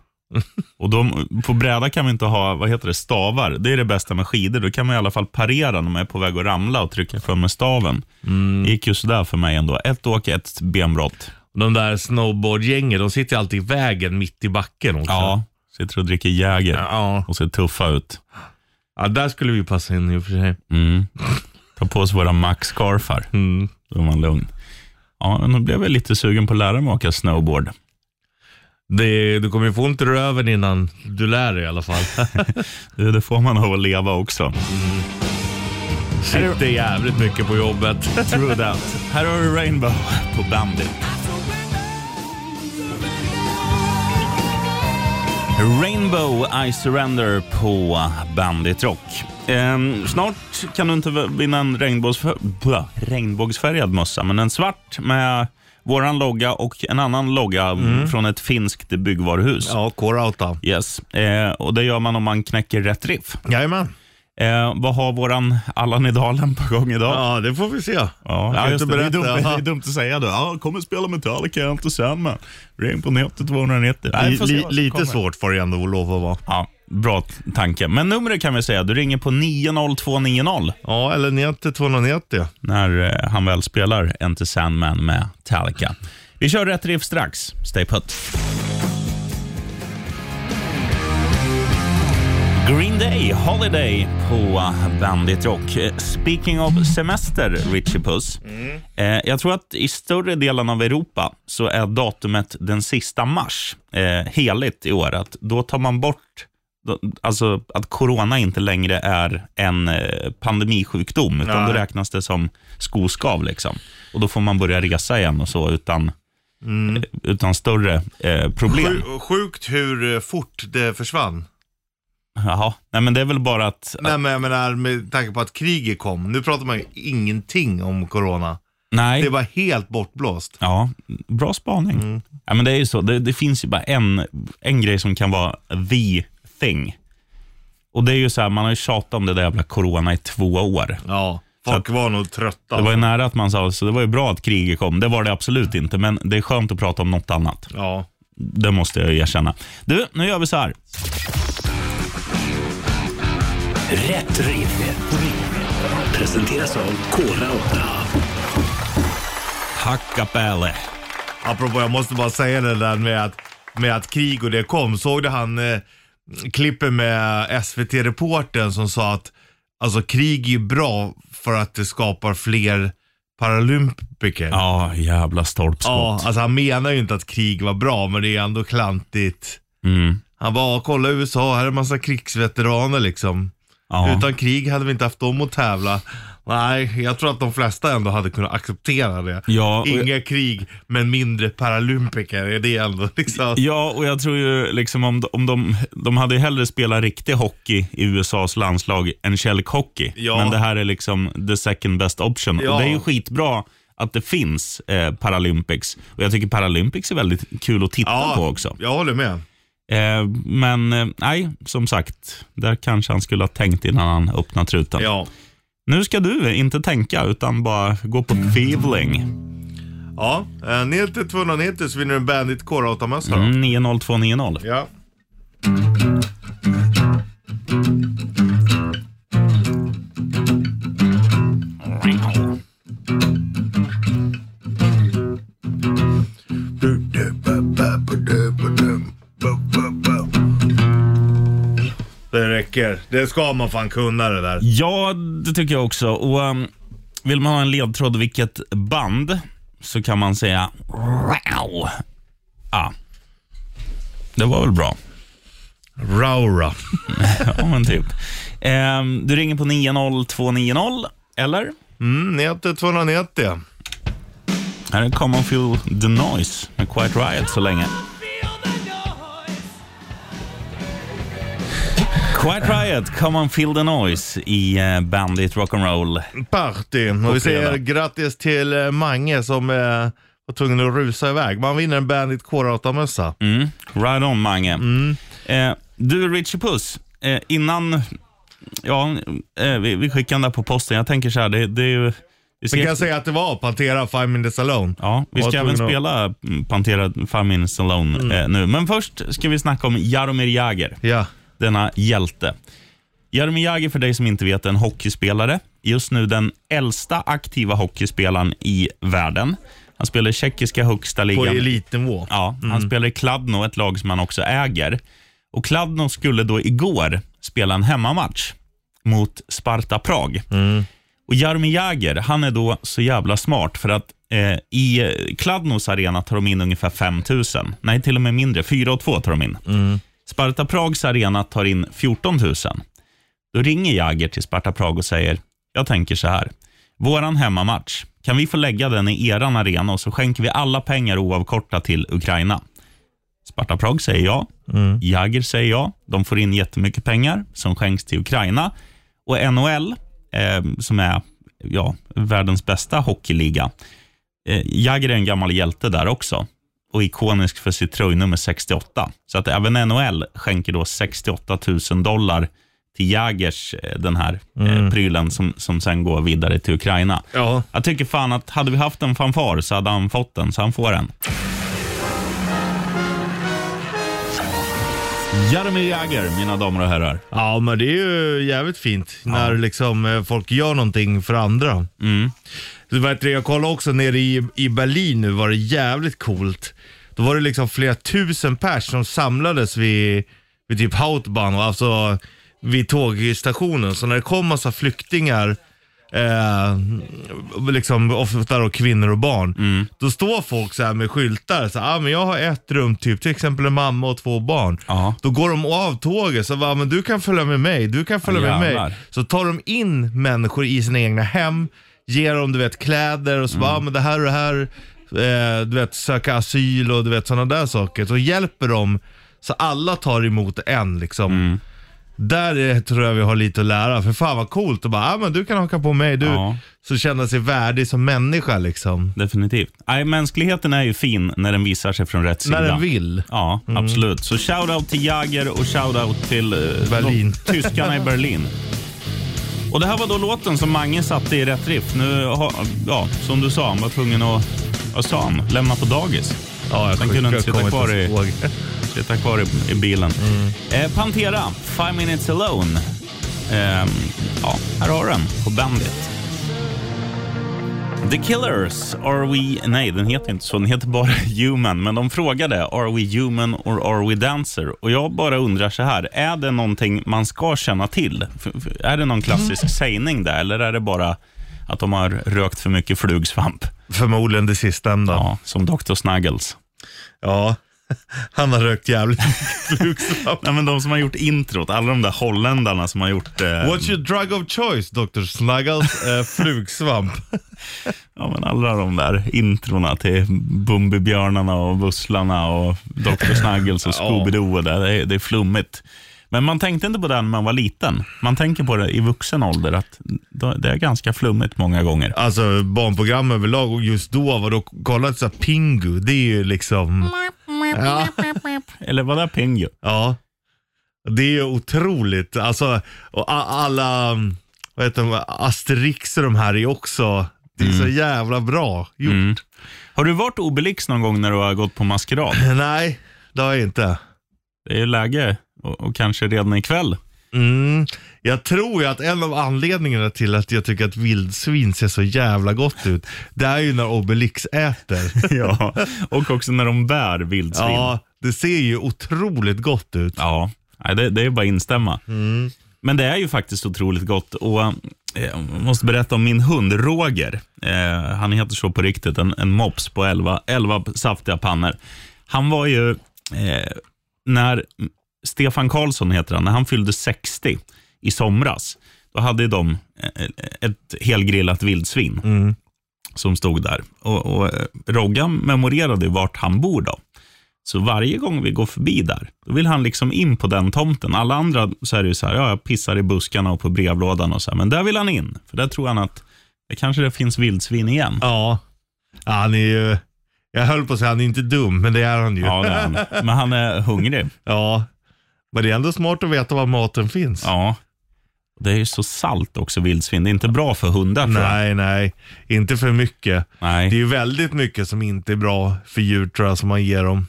Speaker 2: Och de, på bräda kan vi inte ha vad heter det, stavar. Det är det bästa med skidor. Då kan man i alla fall parera när man är på väg att ramla och trycka fram med staven.
Speaker 3: Mm.
Speaker 2: Det gick ju sådär för mig ändå. Ett åk, ett benbrott.
Speaker 3: De där snowboardgängen, de sitter ju alltid i vägen mitt i backen också.
Speaker 2: Ja, sitter och dricker Jäger
Speaker 3: Ja,
Speaker 2: och ser tuffa ut.
Speaker 3: ja där skulle vi passa in i och för sig.
Speaker 2: Mm. Ta på sig våra Max-scarfar.
Speaker 3: Mm.
Speaker 2: Då är man lugn. Ja, men nu blev jag lite sugen på att lära mig att åka snowboard.
Speaker 3: Det, du kommer ju få ont i röven innan du lär dig i alla fall.
Speaker 2: Det, det får man av att leva också.
Speaker 3: Sitter jävligt mycket på jobbet.
Speaker 2: True that. Här har du Rainbow på Bandit. Rainbow I surrender på Bandit Rock. Ehm, snart kan du inte vinna en regnbågsfär- blö, regnbågsfärgad mössa, men en svart med våran logga och en annan logga från ett finskt byggvaruhus.
Speaker 3: [laughs] Ja, coreouta.
Speaker 2: Yes. Eh, och Det gör man om man knäcker rätt riff.
Speaker 3: Jajamän.
Speaker 2: Eh, vad har våran Allan i dalen på gång idag?
Speaker 3: Ja, det får vi se.
Speaker 2: Ja,
Speaker 3: kan
Speaker 2: just
Speaker 3: inte
Speaker 2: det. Det är, dumt,
Speaker 3: berätta.
Speaker 2: det är dumt att säga då. Ja, kom och spela Metallica, jag är inte samma. Ring på nätet 290.
Speaker 3: Li,
Speaker 2: Nej, får se
Speaker 3: li,
Speaker 2: vad som
Speaker 3: lite
Speaker 2: kommer.
Speaker 3: svårt får det ändå lov att vara.
Speaker 2: Ja, bra t- tanke. Men numret kan vi säga. Du ringer på 90290
Speaker 3: Ja, eller 90 290.
Speaker 2: när eh, han väl spelar Enter Sandman med Metallica. Vi kör rätt riff strax. Stay put. Green Day, Holiday på Bandit Rock. Eh, Speaking of semester, Richie Puss.
Speaker 3: Mm.
Speaker 2: Eh, jag tror att i större delen av Europa så är datumet den sista mars eh, heligt i år. Att då tar man bort då- Alltså att corona inte längre är en eh, pandemisjukdom, utan
Speaker 3: Nej.
Speaker 2: då räknas det som skoskav. Liksom. Och då får man börja resa igen och så utan, eh, utan större eh, problem.
Speaker 3: Mm. Sju- sjukt hur eh, fort det försvann.
Speaker 2: Jaha. Nej, men det är väl bara att...
Speaker 3: Nej men jag menar med tanke på att kriget kom. Nu pratar man ju ingenting om corona.
Speaker 2: Nej.
Speaker 3: Det var helt bortblåst.
Speaker 2: Ja, bra spaning. Ja, men det är ju så. Det, det finns ju bara en, en grej som kan vara the thing. Och det är ju så här, man har ju tjatat om det där jävla corona i två år.
Speaker 3: Ja. Folk var nog trötta.
Speaker 2: Det var ju nära att man sa, så det var ju bra att kriget kom. Det var det absolut inte, men det är skönt att prata om något annat.
Speaker 3: Ja.
Speaker 2: Det måste jag ju erkänna. Du, nu gör vi så här.
Speaker 1: Rätt riff. Rätt riff. Presenteras av Kora 8.
Speaker 2: Hackapelle.
Speaker 3: Apropå, jag måste bara säga det där med att, med att krig och det kom. Såg du han eh, klippet med svt reportern som sa att alltså krig är ju bra för att det skapar fler paralympiker.
Speaker 2: Ja, jävla stolpskott.
Speaker 3: Ja, alltså han menar ju inte att krig var bra, men det är ändå klantigt.
Speaker 2: Mm.
Speaker 3: Han bara, "Ja, kolla USA, här är en massa krigsveteraner liksom.
Speaker 2: Ja.
Speaker 3: Utan krig hade vi inte haft dem att tävla. Nej, jag tror att de flesta ändå hade kunnat acceptera det.
Speaker 2: Ja, och-
Speaker 3: Inga krig, men mindre paralympiker. Är det ändå liksom...
Speaker 2: Ja, och jag tror ju liksom om, de- om de, de hade ju hellre spelat riktig hockey i USAs landslag än kälkhockey.
Speaker 3: Ja.
Speaker 2: Men det här är liksom the second best option.
Speaker 3: Ja.
Speaker 2: Och det är ju skitbra att det finns eh, Paralympics. Och jag tycker Paralympics är väldigt kul att titta på också.
Speaker 3: jag håller med.
Speaker 2: Eh, men eh, nej, som sagt, där kanske han skulle ha tänkt innan han öppnade truten.
Speaker 3: Ja.
Speaker 2: Nu ska du inte tänka, utan bara gå på feeling.
Speaker 3: Ja, eh, ner till 290 så vinner du en Bandit K8-mössa.
Speaker 2: Mm, 90290.
Speaker 3: Ja. Det räcker. Det ska man fan kunna det där.
Speaker 2: Ja, det tycker jag också. Och um, Vill man ha en ledtråd vilket band så kan man säga Wow. Ah. Det var väl bra.
Speaker 3: Raura.
Speaker 2: [laughs] Ja, men typ. Ehm, du ringer på 90290, eller?
Speaker 3: Mm, ner till 290.
Speaker 2: Här är Common Feel The Noise med Quiet Riot så länge. Quiet Riot, Come on feel the noise i eh, Bandit Rock'n'Roll.
Speaker 3: Party. Och vi säger
Speaker 2: fredag.
Speaker 3: grattis till eh, Mange som eh, var tvungen att rusa iväg. Man vinner en Bandit K8-mössa.
Speaker 2: Mm. Right on, Mange. Eh, du, Richie Puss, eh, innan... Ja, eh, vi, vi skickar den där på posten. Jag tänker så här, det, det är ju... Vi
Speaker 3: Vi
Speaker 2: ska,
Speaker 3: kan säga att det var Pantera Five Minutes Alone.
Speaker 2: ja, vi
Speaker 3: Var
Speaker 2: ska även
Speaker 3: tvungna att- Mm.
Speaker 2: spela mm, Pantera Five Minutes Alone eh, nu. Men först ska vi snacka om Jaromir Jagr,
Speaker 3: Ja.
Speaker 2: denna hjälte. Jaromir Jagr, för dig som inte vet, är en hockeyspelare. Just nu den äldsta aktiva hockeyspelaren i världen. Han spelar i tjeckiska högsta
Speaker 3: På
Speaker 2: ligan.
Speaker 3: elitnivå.
Speaker 2: Ja, han spelar i Kladno, ett lag som han också äger. Och Kladno skulle då igår spela en hemmamatch mot Sparta Prag. Och Jaromir Jagr, han är då så jävla smart för att eh, i eh, Kladnos arena tar de in ungefär 5 000. Nej, till och med mindre. 4 och 2 tar de in. Sparta Prags arena tar in 14 000. Då ringer Jagr till Sparta Prag och säger, jag tänker så här. Våran hemmamatch, kan vi få lägga den i eran arena och så skänker vi alla pengar oavkortat till Ukraina? Sparta Prag säger ja. Jagr säger ja. De får in jättemycket pengar som skänks till Ukraina. Och NHL, eh, som är ja, världens bästa hockeyliga, eh, Jagr är en gammal hjälte där också och ikonisk för sitt tröjnummer 68. Så att även NHL skänker då 68 000 dollar till Jagers, eh, den här eh, prylen som, som sen går vidare till Ukraina.
Speaker 3: Ja.
Speaker 2: Jag tycker fan att hade vi haft en fanfar så hade han fått den, så han får den. Jaromir Jagr, mina damer och herrar.
Speaker 3: Ja, men det är ju jävligt fint när liksom eh, folk gör någonting för andra. Du vet, det, jag kollade också nere i, i Berlin nu, var det jävligt coolt. Då var det liksom flera tusen pers som samlades vid, vid typ Hautbahn, och alltså vid tågstationen. Så när det kom massa flyktingar, eh, liksom ofta då kvinnor och barn, då står folk så här med skyltar. Så, här, ah, men jag har ett rum, typ till exempel en mamma och två barn.
Speaker 2: Ja.
Speaker 3: Då går de av tåget, så bara, "Ah, men du kan följa med mig, du kan följa med
Speaker 2: Jävlar.
Speaker 3: mig. Så tar de in människor i sina egna hem, ger dem du vet kläder och så
Speaker 2: Mm.
Speaker 3: bara, ah, men det här och det här, eh, du vet söka asyl och du vet sådana där saker. Så hjälper de så alla tar emot en liksom.
Speaker 2: Mm.
Speaker 3: Där är, tror jag vi har lite att lära, för fan vad coolt. Och bara, ah, men du kan haka på mig, du.
Speaker 2: Ja.
Speaker 3: Så känna sig värdig som människa liksom.
Speaker 2: Definitivt. Nej, mänskligheten är ju fin när den visar sig från rätt sida.
Speaker 3: När den Mm. vill.
Speaker 2: Ja, absolut. Så shout-out till Jagger och shout-out till eh,
Speaker 3: Berlin.
Speaker 2: de, tyskarna i Berlin. Och Det här var då låten som Mange satte i rätt riff. Nu, har- ja, som du sa, han var tvungen att vad sa han? lämna på dagis.
Speaker 3: Ja, jag
Speaker 2: Den kunde inte sitta
Speaker 3: kommer
Speaker 2: kvar i-
Speaker 3: ihåg.
Speaker 2: Sitta kvar i, i bilen. Eh, Pantera, Five Minutes Alone. Ehm, ja, här har den på Bandit. The Killers, Are We... Nej, den heter inte så. Den heter bara [laughs] Human. Men de frågade, Are We Human or Are We Dancer? Och jag bara undrar så här, är det någonting man ska känna till? F- f- Är det någon klassisk sägning där, eller är det bara att de har rökt för mycket flugsvamp?
Speaker 3: Förmodligen det sistnämnda.
Speaker 2: Ja, som Dr. Snuggles.
Speaker 3: Ja. [laughs] Han har
Speaker 2: [laughs]
Speaker 3: rökt jävligt mycket Glukslapp.
Speaker 2: Nej, men de som har gjort introt, alla de där holländarna som har gjort... Eh,
Speaker 3: What's your drug of choice, Dr. Snuggles? Eh, flugsvamp.
Speaker 2: ja, men alla de där introna till Bumbibjörnarna och Busslarna och Dr. Snuggles och Scooby-Doo. och Där. Det, är, det är flummigt. Men man tänkte inte på det när man var liten. Man tänker på det i vuxen ålder, att då- det är ganska flummigt många gånger.
Speaker 3: Alltså barnprogram överlag och just då, var då kolla inte så här Pingu, det är ju liksom,
Speaker 4: Ja.
Speaker 2: Eller vad är Pingu?
Speaker 3: ja. Det är ju otroligt. Alltså, och a- alla, vad heter de, Asterix och de här är också, det är så jävla bra gjort.
Speaker 2: Har du varit Obelix någon gång när du har gått på maskerad?
Speaker 3: Nej, det har jag inte.
Speaker 2: Det är ju läge, och, och kanske redan ikväll.
Speaker 3: Mm. Jag tror ju att en av anledningarna till att jag tycker att vildsvin ser så jävla gott ut, det är ju när Obelix äter.
Speaker 2: Ja, [laughs] och också när de bär vildsvin.
Speaker 3: Ja, det ser ju otroligt gott ut.
Speaker 2: Ja, nej, det, det är bara att instämma. Men det är ju faktiskt otroligt gott. Och eh, jag måste berätta om min hund Roger. Eh, han heter så på riktigt, en, en mops på 11, 11 saftiga pannor. Han var ju, eh, när Stefan Karlsson heter han, när han fyllde 60 i somras, då hade de eh, ett helgrillat vildsvin som stod där. Och, och eh, Roggan memorerade ju vart han bor då. Så varje gång vi går förbi där, då vill han liksom in på den tomten. Alla andra så är det ju så här, ja, jag pissar i buskarna och på brevlådan och så här, men där vill han in. För där tror han att det kanske det finns vildsvin igen.
Speaker 3: Ja. Ja, Han är ju, jag höll på att säga han är inte dum, men det är han ju. Ja.
Speaker 2: Ja, det är han. Men han är hungrig.
Speaker 3: Men det är ändå smart att veta var maten finns.
Speaker 2: Ja. Det är ju så salt också, vildsvin. Det är inte bra för hundar tror jag.
Speaker 3: Nej, nej. Inte för mycket.
Speaker 2: Nej,
Speaker 3: Det är ju väldigt mycket som inte är bra för djur tror jag, som man ger dem.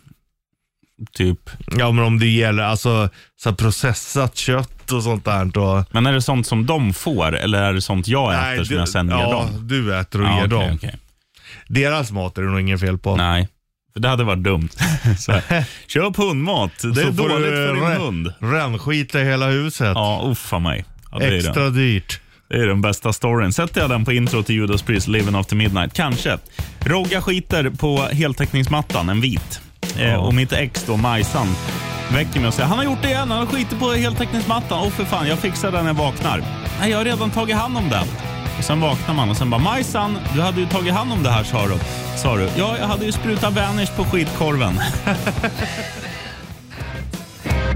Speaker 2: typ.
Speaker 3: Ja, men om det gäller alltså så här processat kött och sånt där. Då,
Speaker 2: Men är det sånt som de får eller är det sånt jag äter
Speaker 3: nej,
Speaker 2: som jag sen ger
Speaker 3: ja,
Speaker 2: dem?
Speaker 3: du äter och
Speaker 2: Ja,
Speaker 3: ger
Speaker 2: okej,
Speaker 3: dem.
Speaker 2: okej.
Speaker 3: Deras mat är det nog ingen fel på.
Speaker 2: Nej, för det hade varit dumt. Så
Speaker 3: [laughs]
Speaker 2: här, Köp hundmat, det är
Speaker 3: Så får
Speaker 2: dåligt
Speaker 3: du,
Speaker 2: för din
Speaker 3: eh,
Speaker 2: hund.
Speaker 3: Rännskita i hela huset.
Speaker 2: Ja, uffa mig. Ja, det, är den.
Speaker 3: Extra dyrt.
Speaker 2: det är den bästa storyn. Sätter jag den på intro till Judas Priest, Living After Midnight? Kanske. Rogga skiter på heltäckningsmattan, en vit. Eh, och mitt ex då, Majsan, väcker mig och säger han har gjort det igen, han har skitit på heltäckningsmattan. Åh för fan, jag fixar den när jag vaknar. Nej, jag har redan tagit hand om den. Och sen vaknar man och sen bara Majsan, du hade ju tagit hand om det här sa du. Sa du. Ja, jag hade ju sprutat Vanish på skitkorven.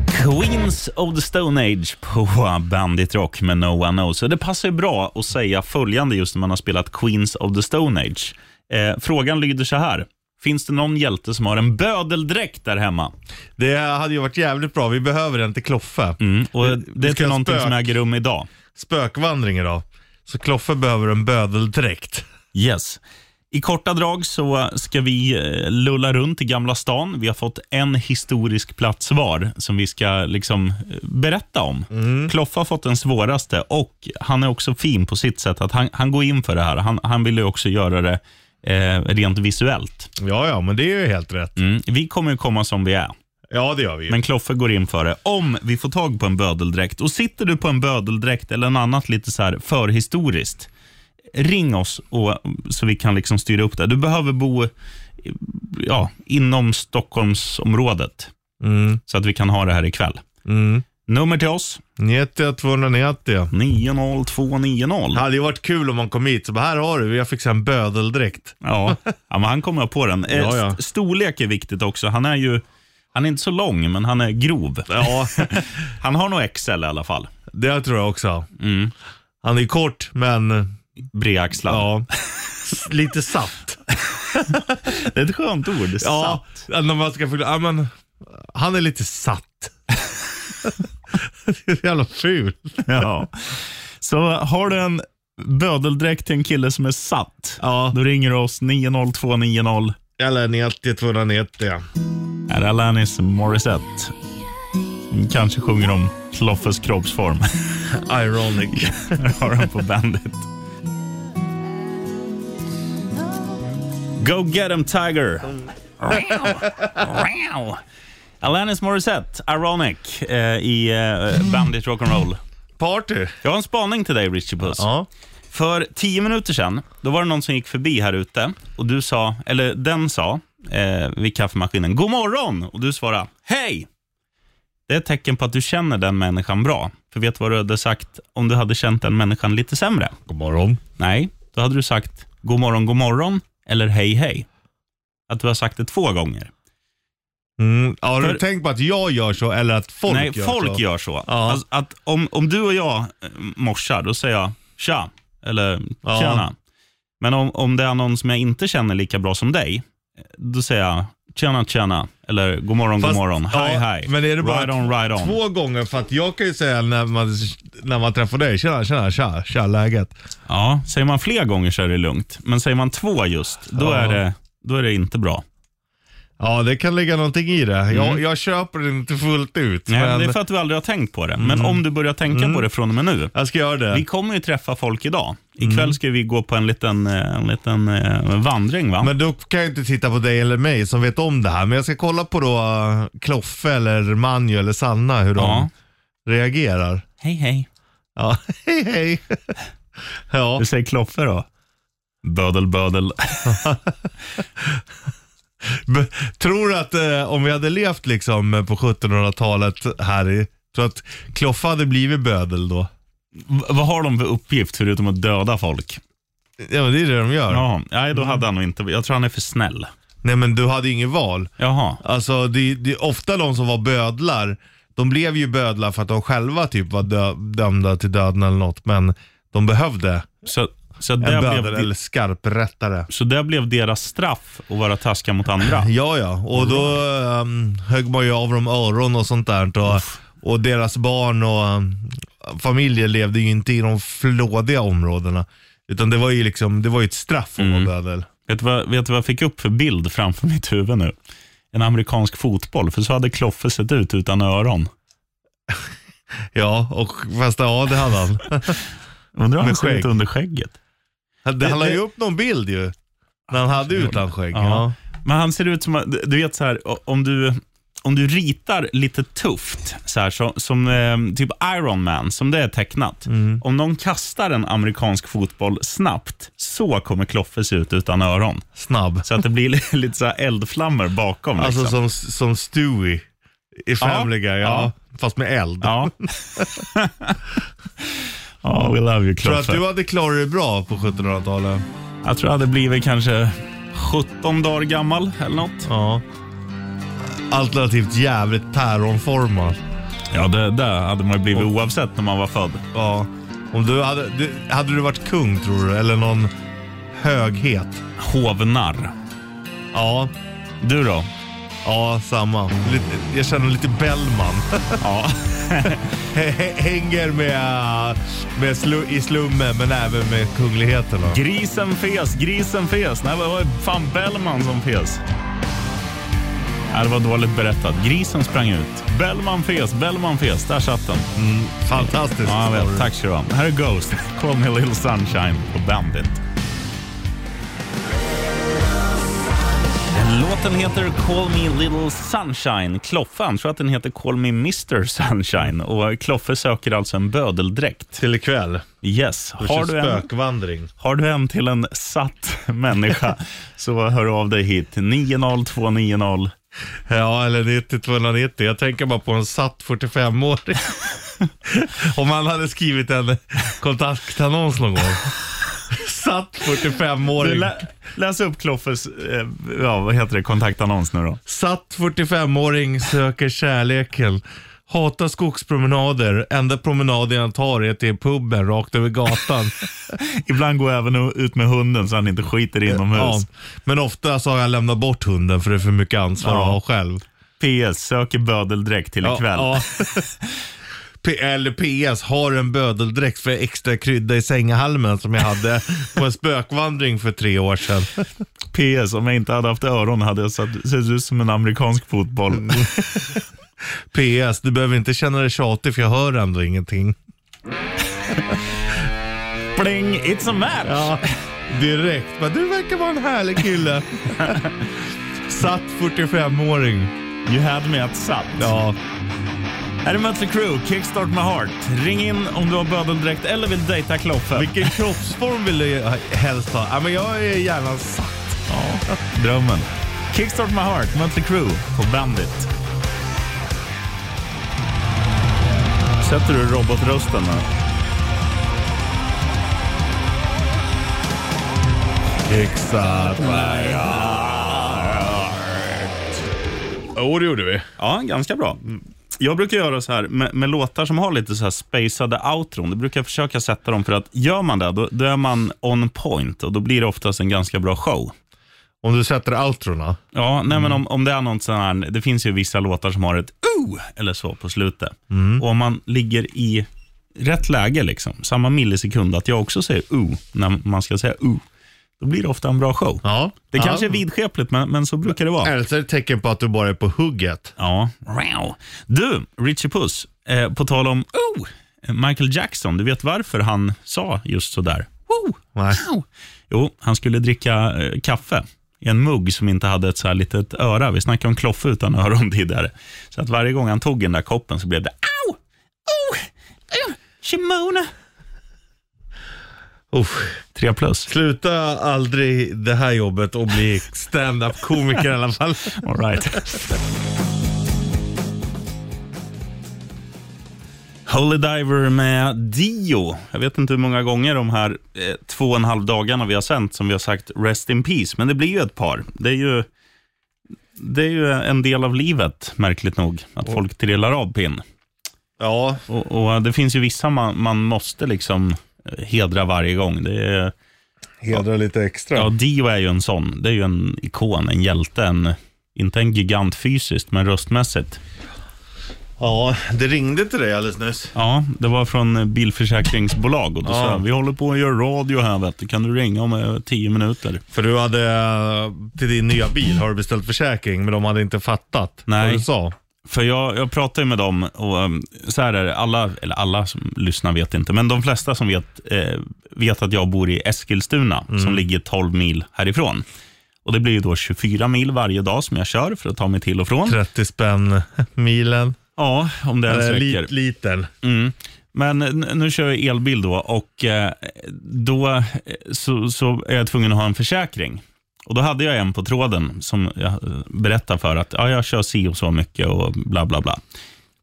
Speaker 2: Queens of the Stone Age på Bandit Rock med No One Knows. Och det passar ju bra att säga följande just när man har spelat Queens of the Stone Age. Eh, frågan lyder så här. Finns det någon hjälte som har en bödeldräkt där hemma?
Speaker 3: Det hade ju varit jävligt bra. Vi behöver den till Kloffe.
Speaker 2: Mm, och
Speaker 3: Vi- vi
Speaker 2: det är
Speaker 3: ska
Speaker 2: till
Speaker 3: ha
Speaker 2: någonting
Speaker 3: spök.
Speaker 2: som äger rum idag.
Speaker 3: spökvandring idag. Så Kloffe behöver en bödeldräkt.
Speaker 2: Yes. I korta drag så ska vi eh, lulla runt i Gamla stan. Vi har fått en historisk plats var som vi ska liksom eh, berätta om. Kloffe har fått den svåraste och han är också fin på sitt sätt. att Han, han går in för det här. Han, han vill ju också göra det eh, rent visuellt.
Speaker 3: Ja, ja, men det är ju helt rätt.
Speaker 2: Mm. Vi kommer ju komma som vi är.
Speaker 3: Ja, det gör vi ju.
Speaker 2: Men Kloffe går in för det. Om vi får tag på en bödeldräkt och sitter du på en bödeldräkt eller något annat lite så här förhistoriskt, ring oss och, så vi kan liksom styra upp det. Du behöver bo eh, ja, inom Stockholmsområdet
Speaker 3: Mm,
Speaker 2: så att vi kan ha det här ikväll.
Speaker 3: mm.
Speaker 2: Nummer till oss
Speaker 3: 90 290.
Speaker 2: 90290.
Speaker 3: Det hade ju varit kul om man kom hit så bara, här har du, jag fixar en bödeldräkt.
Speaker 2: Ja, ja men han kommer på den. Eh,
Speaker 3: [laughs] Ja, ja.
Speaker 2: st- Storlek är viktigt också. Han är ju han är inte så lång, men han är grov.
Speaker 3: Ja,
Speaker 2: Han har nog XL i alla fall.
Speaker 3: [laughs] det tror jag också.
Speaker 2: Mm.
Speaker 3: Han är kort, men
Speaker 2: Bredaxlad.
Speaker 3: ja, s- [laughs] lite satt.
Speaker 2: Det är ett skönt ord.
Speaker 3: Ja, när man ska förklara, ja, men han är lite satt. [laughs] det är så jävla fult.
Speaker 2: Ja. Så har du en bödeldräkt till en kille som är satt,
Speaker 3: Ja,
Speaker 2: då ringer du oss 90290.
Speaker 3: eller 90 290.
Speaker 2: Här är Alanis Morissette. Kanske sjunger om Kloffes kroppsform.
Speaker 3: [laughs] Ironic.
Speaker 2: Här [laughs] har han på bandet. Go get him Tiger. Wow. Alanis Morissette, Ironic, eh, i eh, Bandit Rock'n'Roll.
Speaker 3: Party.
Speaker 2: Jag har en spaning till dig, Richie Puss.
Speaker 3: Ja.
Speaker 2: För tio minuter sedan, då var det någon som gick förbi här ute och du sa, eller den sa, eh, vid kaffemaskinen. God morgon! Och du svarar hej. Det är ett tecken på att du känner den människan bra. För vet du vad du hade sagt om du hade känt den människan lite sämre?
Speaker 3: God morgon.
Speaker 2: Nej, då hade du sagt god morgon, god morgon eller hej, hej. Att du har sagt det två gånger.
Speaker 3: Mm. Ja, har
Speaker 2: För-
Speaker 3: du tänkt på att jag gör så eller att folk
Speaker 2: Nej,
Speaker 3: gör
Speaker 2: folk
Speaker 3: så?
Speaker 2: gör så.
Speaker 3: Ja.
Speaker 2: Alltså, att om, om du och jag eh, morsar, då säger jag tja, eller
Speaker 3: Ja.
Speaker 2: tjena. Men om, om det är någon som jag inte känner lika bra som dig, eh, då säger jag tjena, tjena, eller god morgon,
Speaker 3: Fast-
Speaker 2: god morgon,
Speaker 3: ja,
Speaker 2: hi, hi,
Speaker 3: men är det bara
Speaker 2: right on, right on.
Speaker 3: Två gånger för att jag kan ju säga när man, när man träffar dig, tjena, tjena, tja, tja, läget.
Speaker 2: Ja, säger man fler gånger så är det lugnt, men säger man två just, då,
Speaker 3: Ja.
Speaker 2: är, det, då är det inte bra.
Speaker 3: Ja, det kan ligga någonting i det. Jag, jag köper det inte fullt ut.
Speaker 2: Nej,
Speaker 3: men Mm.
Speaker 2: Det är för att du aldrig har tänkt på det, men om du börjar tänka på det från och med nu,
Speaker 3: Jag ska göra det.
Speaker 2: vi kommer ju träffa folk idag.
Speaker 3: Mm.
Speaker 2: Ikväll ska vi gå på en liten, eh, en liten eh, vandring va?
Speaker 3: Men då kan jag inte titta på dig eller mig som vet om det här. Men jag ska kolla på då eh, Kloffe eller Manjo eller Sanna hur
Speaker 2: Ja.
Speaker 3: de reagerar.
Speaker 2: Hej hej.
Speaker 3: Ja, [laughs] hej hej. Ja,
Speaker 2: Du säger Kloffe då? Bödel, bödel.
Speaker 3: B- tror du att eh, om vi hade levt liksom eh, på 1700-talet här i, tror du att Kloffe hade blivit bödel då?
Speaker 2: V- vad har de för uppgift förutom att döda folk? Mm.
Speaker 3: Ja, men det är det de gör.
Speaker 2: Jaha. Nej, då hade han nog inte... Jag tror han är för snäll.
Speaker 3: Nej, men du hade inget val.
Speaker 2: Jaha.
Speaker 3: Alltså, det, det är ofta de som var bödlar, de blev ju bödlar för att de själva typ var dö, dömda till döden eller något, men de behövde
Speaker 2: Så, så,
Speaker 3: en
Speaker 2: det
Speaker 3: bödel
Speaker 2: blev,
Speaker 3: eller
Speaker 2: de-
Speaker 3: skarprättare.
Speaker 2: så det blev deras straff att vara taskiga mot [laughs] andra?
Speaker 3: Ja, ja. Och då ehm, högg man ju av dem öron och sånt där. Och, och deras barn och ehm, familjer levde ju inte i de flådiga områdena. Utan det var ju liksom, det var ju ett straff om man
Speaker 2: Mm.
Speaker 3: bödel.
Speaker 2: Vet du, vad, vet du vad jag fick upp för bild framför mitt huvud nu? En amerikansk fotboll, för så hade Kloffe sett ut utan öron.
Speaker 3: Ja, och fast ja, det hade han.
Speaker 2: Undrar om han
Speaker 3: Med
Speaker 2: ser ut
Speaker 3: skägg.
Speaker 2: under skägget.
Speaker 3: Det, han la
Speaker 2: [laughs]
Speaker 3: ju
Speaker 2: det-
Speaker 3: upp någon bild ju. När han hade utan skägg.
Speaker 2: Ja.
Speaker 3: Ja.
Speaker 2: Men han ser ut som, att- du vet så här, o- om du, om du ritar lite tufft, så här, så, som eh, typ Iron Man, som det är tecknat. Om någon kastar en amerikansk fotboll snabbt, så kommer Kloffe se ut utan öron.
Speaker 3: Snabb.
Speaker 2: Så att det blir [laughs] li- lite så här eldflammor bakom.
Speaker 3: Alltså
Speaker 2: liksom.
Speaker 3: som, som Stewie i Family Guy. Ja. Fast med
Speaker 2: [laughs]
Speaker 3: eld.
Speaker 2: Ja. Ja, Oh, we love you
Speaker 3: Tror du att
Speaker 2: Kloffe.
Speaker 3: du hade klarat dig bra på 1700-talet?
Speaker 2: Jag tror jag hade blivit kanske 17 dagar gammal eller något.
Speaker 3: Ja. Alternativt jävligt päronformad.
Speaker 2: Ja, det, det hade man ju blivit oavsett när man var född.
Speaker 3: Ja. Om du hade, du, hade du varit kung tror du? Eller någon höghet?
Speaker 2: Hovnarr.
Speaker 3: Ja.
Speaker 2: Du då?
Speaker 3: Ja, samma. Lite, jag känner lite Bellman. [laughs]
Speaker 2: Ja.
Speaker 3: H- h- Hänger med, med slu, i slummen men även med kungligheterna.
Speaker 2: Grisen fes, grisen fes. Nej, det var fan Bellman som fes. Nej, det var dåligt berättat. Grisen sprang ut. Bellman fes, Bellman fes. Där satt den.
Speaker 3: Fantastiskt.
Speaker 2: Ja, jag
Speaker 3: story.
Speaker 2: vet. Tack ska du ha. Här är Ghost. [laughs] Call me little sunshine på Bandit. Låten heter Call Me Little Sunshine. Kloffe, han tror att den heter Call Me Mr Sunshine. Och Kloffe söker alltså en bödeldräkt.
Speaker 3: Till ikväll.
Speaker 2: Yes. Har du en,
Speaker 3: spökvandring.
Speaker 2: har du en till en satt [laughs] människa så hör av dig hit. 90290.
Speaker 3: Ja, eller 90-290. Jag tänker bara på en satt 45-åring. Om han hade skrivit en kontaktannons någon gång. Satt
Speaker 2: Du,
Speaker 3: 45-åring.
Speaker 2: lä, läs upp Kloffes eh, ja, vad heter det, kontaktannons nu då.
Speaker 3: Satt 45-åring söker kärleken. Hatar skogspromenader. Enda promenaden han tar är till puben rakt över gatan.
Speaker 2: Ibland går jag även ut med hunden så han inte skiter inomhus.
Speaker 3: ja. Men ofta så har jag lämnat bort hunden för det är för mycket ansvar
Speaker 2: Ja.
Speaker 3: att ha själv.
Speaker 2: PS, söker bödeldräkt till ikväll.
Speaker 3: Ja, ja. [laughs] P- eller PS, har en bödeldräkt för extra krydda i sängahalmen som jag hade på en spökvandring för tre år sedan.
Speaker 2: PS, om jag inte hade haft öron hade jag sett, sett ut som en amerikansk fotboll.
Speaker 3: PS, du behöver inte känna dig tjatig för jag hör ändå ingenting.
Speaker 2: Bling, it's a match!
Speaker 3: Ja, [laughs] direkt. Men du verkar vara en härlig [laughs] kille. Satt 45-åring.
Speaker 2: You had me at sat.
Speaker 3: Ja,
Speaker 2: Här är Mötley Crüe, Kickstart My Heart. Ring in om du har bödeldräkt eller vill dejta Kloffe.
Speaker 3: vilken kroppsform vill du helst ha? Ja, men jag är gärna satt.
Speaker 2: Ja, drömmen. Kickstart My Heart, Mötley Crüe på Bandit. Sätter du robotrösten nu?
Speaker 3: Kickstart my Jo, det gjorde vi.
Speaker 2: Ja, ganska bra. Jag brukar göra så här med, med låtar som har lite så här spacade outron. Då brukar jag försöka sätta dem för att gör man det, då, då är man on point och då blir det oftast en ganska bra show.
Speaker 3: Om du sätter outrona.
Speaker 2: Ja, nej,
Speaker 3: Mm.
Speaker 2: men om, om det är något sån här, det finns ju vissa låtar som har ett oh eller så på slutet.
Speaker 3: Mm.
Speaker 2: Och om man ligger i rätt läge, liksom, samma millisekund, att jag också säger oh när man ska säga oh, då blir det ofta en bra show.
Speaker 3: Ja.
Speaker 2: Det kanske är vidskepligt, men, men så brukar det vara.
Speaker 3: Eller så är det ett tecken på att du bara är på hugget.
Speaker 2: Ja. Wow. Du, Richie Puss, eh, på tal om oh, Michael Jackson, du vet varför han sa just så där? Oh,
Speaker 3: Nej.
Speaker 2: wow. Jo, han skulle dricka eh, kaffe i en mugg som inte hade ett så här litet öra. Vi snackade om kloffe utan öron [laughs] tidigare. Så att varje gång han tog den där koppen så blev det au, oh, oh, Shimona.
Speaker 3: Uff.
Speaker 2: Tre plus.
Speaker 3: Sluta aldrig det här jobbet och bli stand-up komiker i alla fall.
Speaker 2: All right. Holy Diver med Dio. Jag vet inte hur många gånger de här eh, två och en halv dagarna vi har sänt som vi har sagt Rest in Peace, men det blir ju ett par. Det är ju, det är ju en del av livet, märkligt nog, att folk trillar av pinn.
Speaker 3: Ja,
Speaker 2: Och, och eh, det finns ju vissa man, man måste liksom eh, hedra varje gång. Det är,
Speaker 3: hedra lite extra.
Speaker 2: Ja, Dio är ju en sån. Det är ju en ikon, en hjälte, en, inte en gigant fysiskt, men röstmässigt.
Speaker 3: Ja, det ringde till dig alldeles nyss.
Speaker 2: Ja, det var från eh, bilförsäkringsbolag och då sa jag, vi håller på att göra radio här vet du. Kan du ringa om eh, tio minuter?
Speaker 3: För du hade, eh, till din nya bil har du beställt försäkring, men de hade inte fattat
Speaker 2: Nej.
Speaker 3: vad du sa.
Speaker 2: För jag, jag pratade ju med dem och um, så här är det, alla, eller alla som lyssnar vet inte, men de flesta som vet, eh, vet att jag bor i Eskilstuna som ligger 12 mil härifrån. Och det blir ju då 24 mil varje dag som jag kör för att ta mig till och från.
Speaker 3: 30 spänn milen.
Speaker 2: Ja, om det ens
Speaker 3: Eller
Speaker 2: räcker.
Speaker 3: Eh, li, liten.
Speaker 2: Mm. Men n- nu kör jag elbil då och eh, då eh, så, så är jag tvungen att ha en försäkring. Och Då hade jag en på tråden som jag eh, berättade för att ja, jag kör si och så mycket och bla bla bla.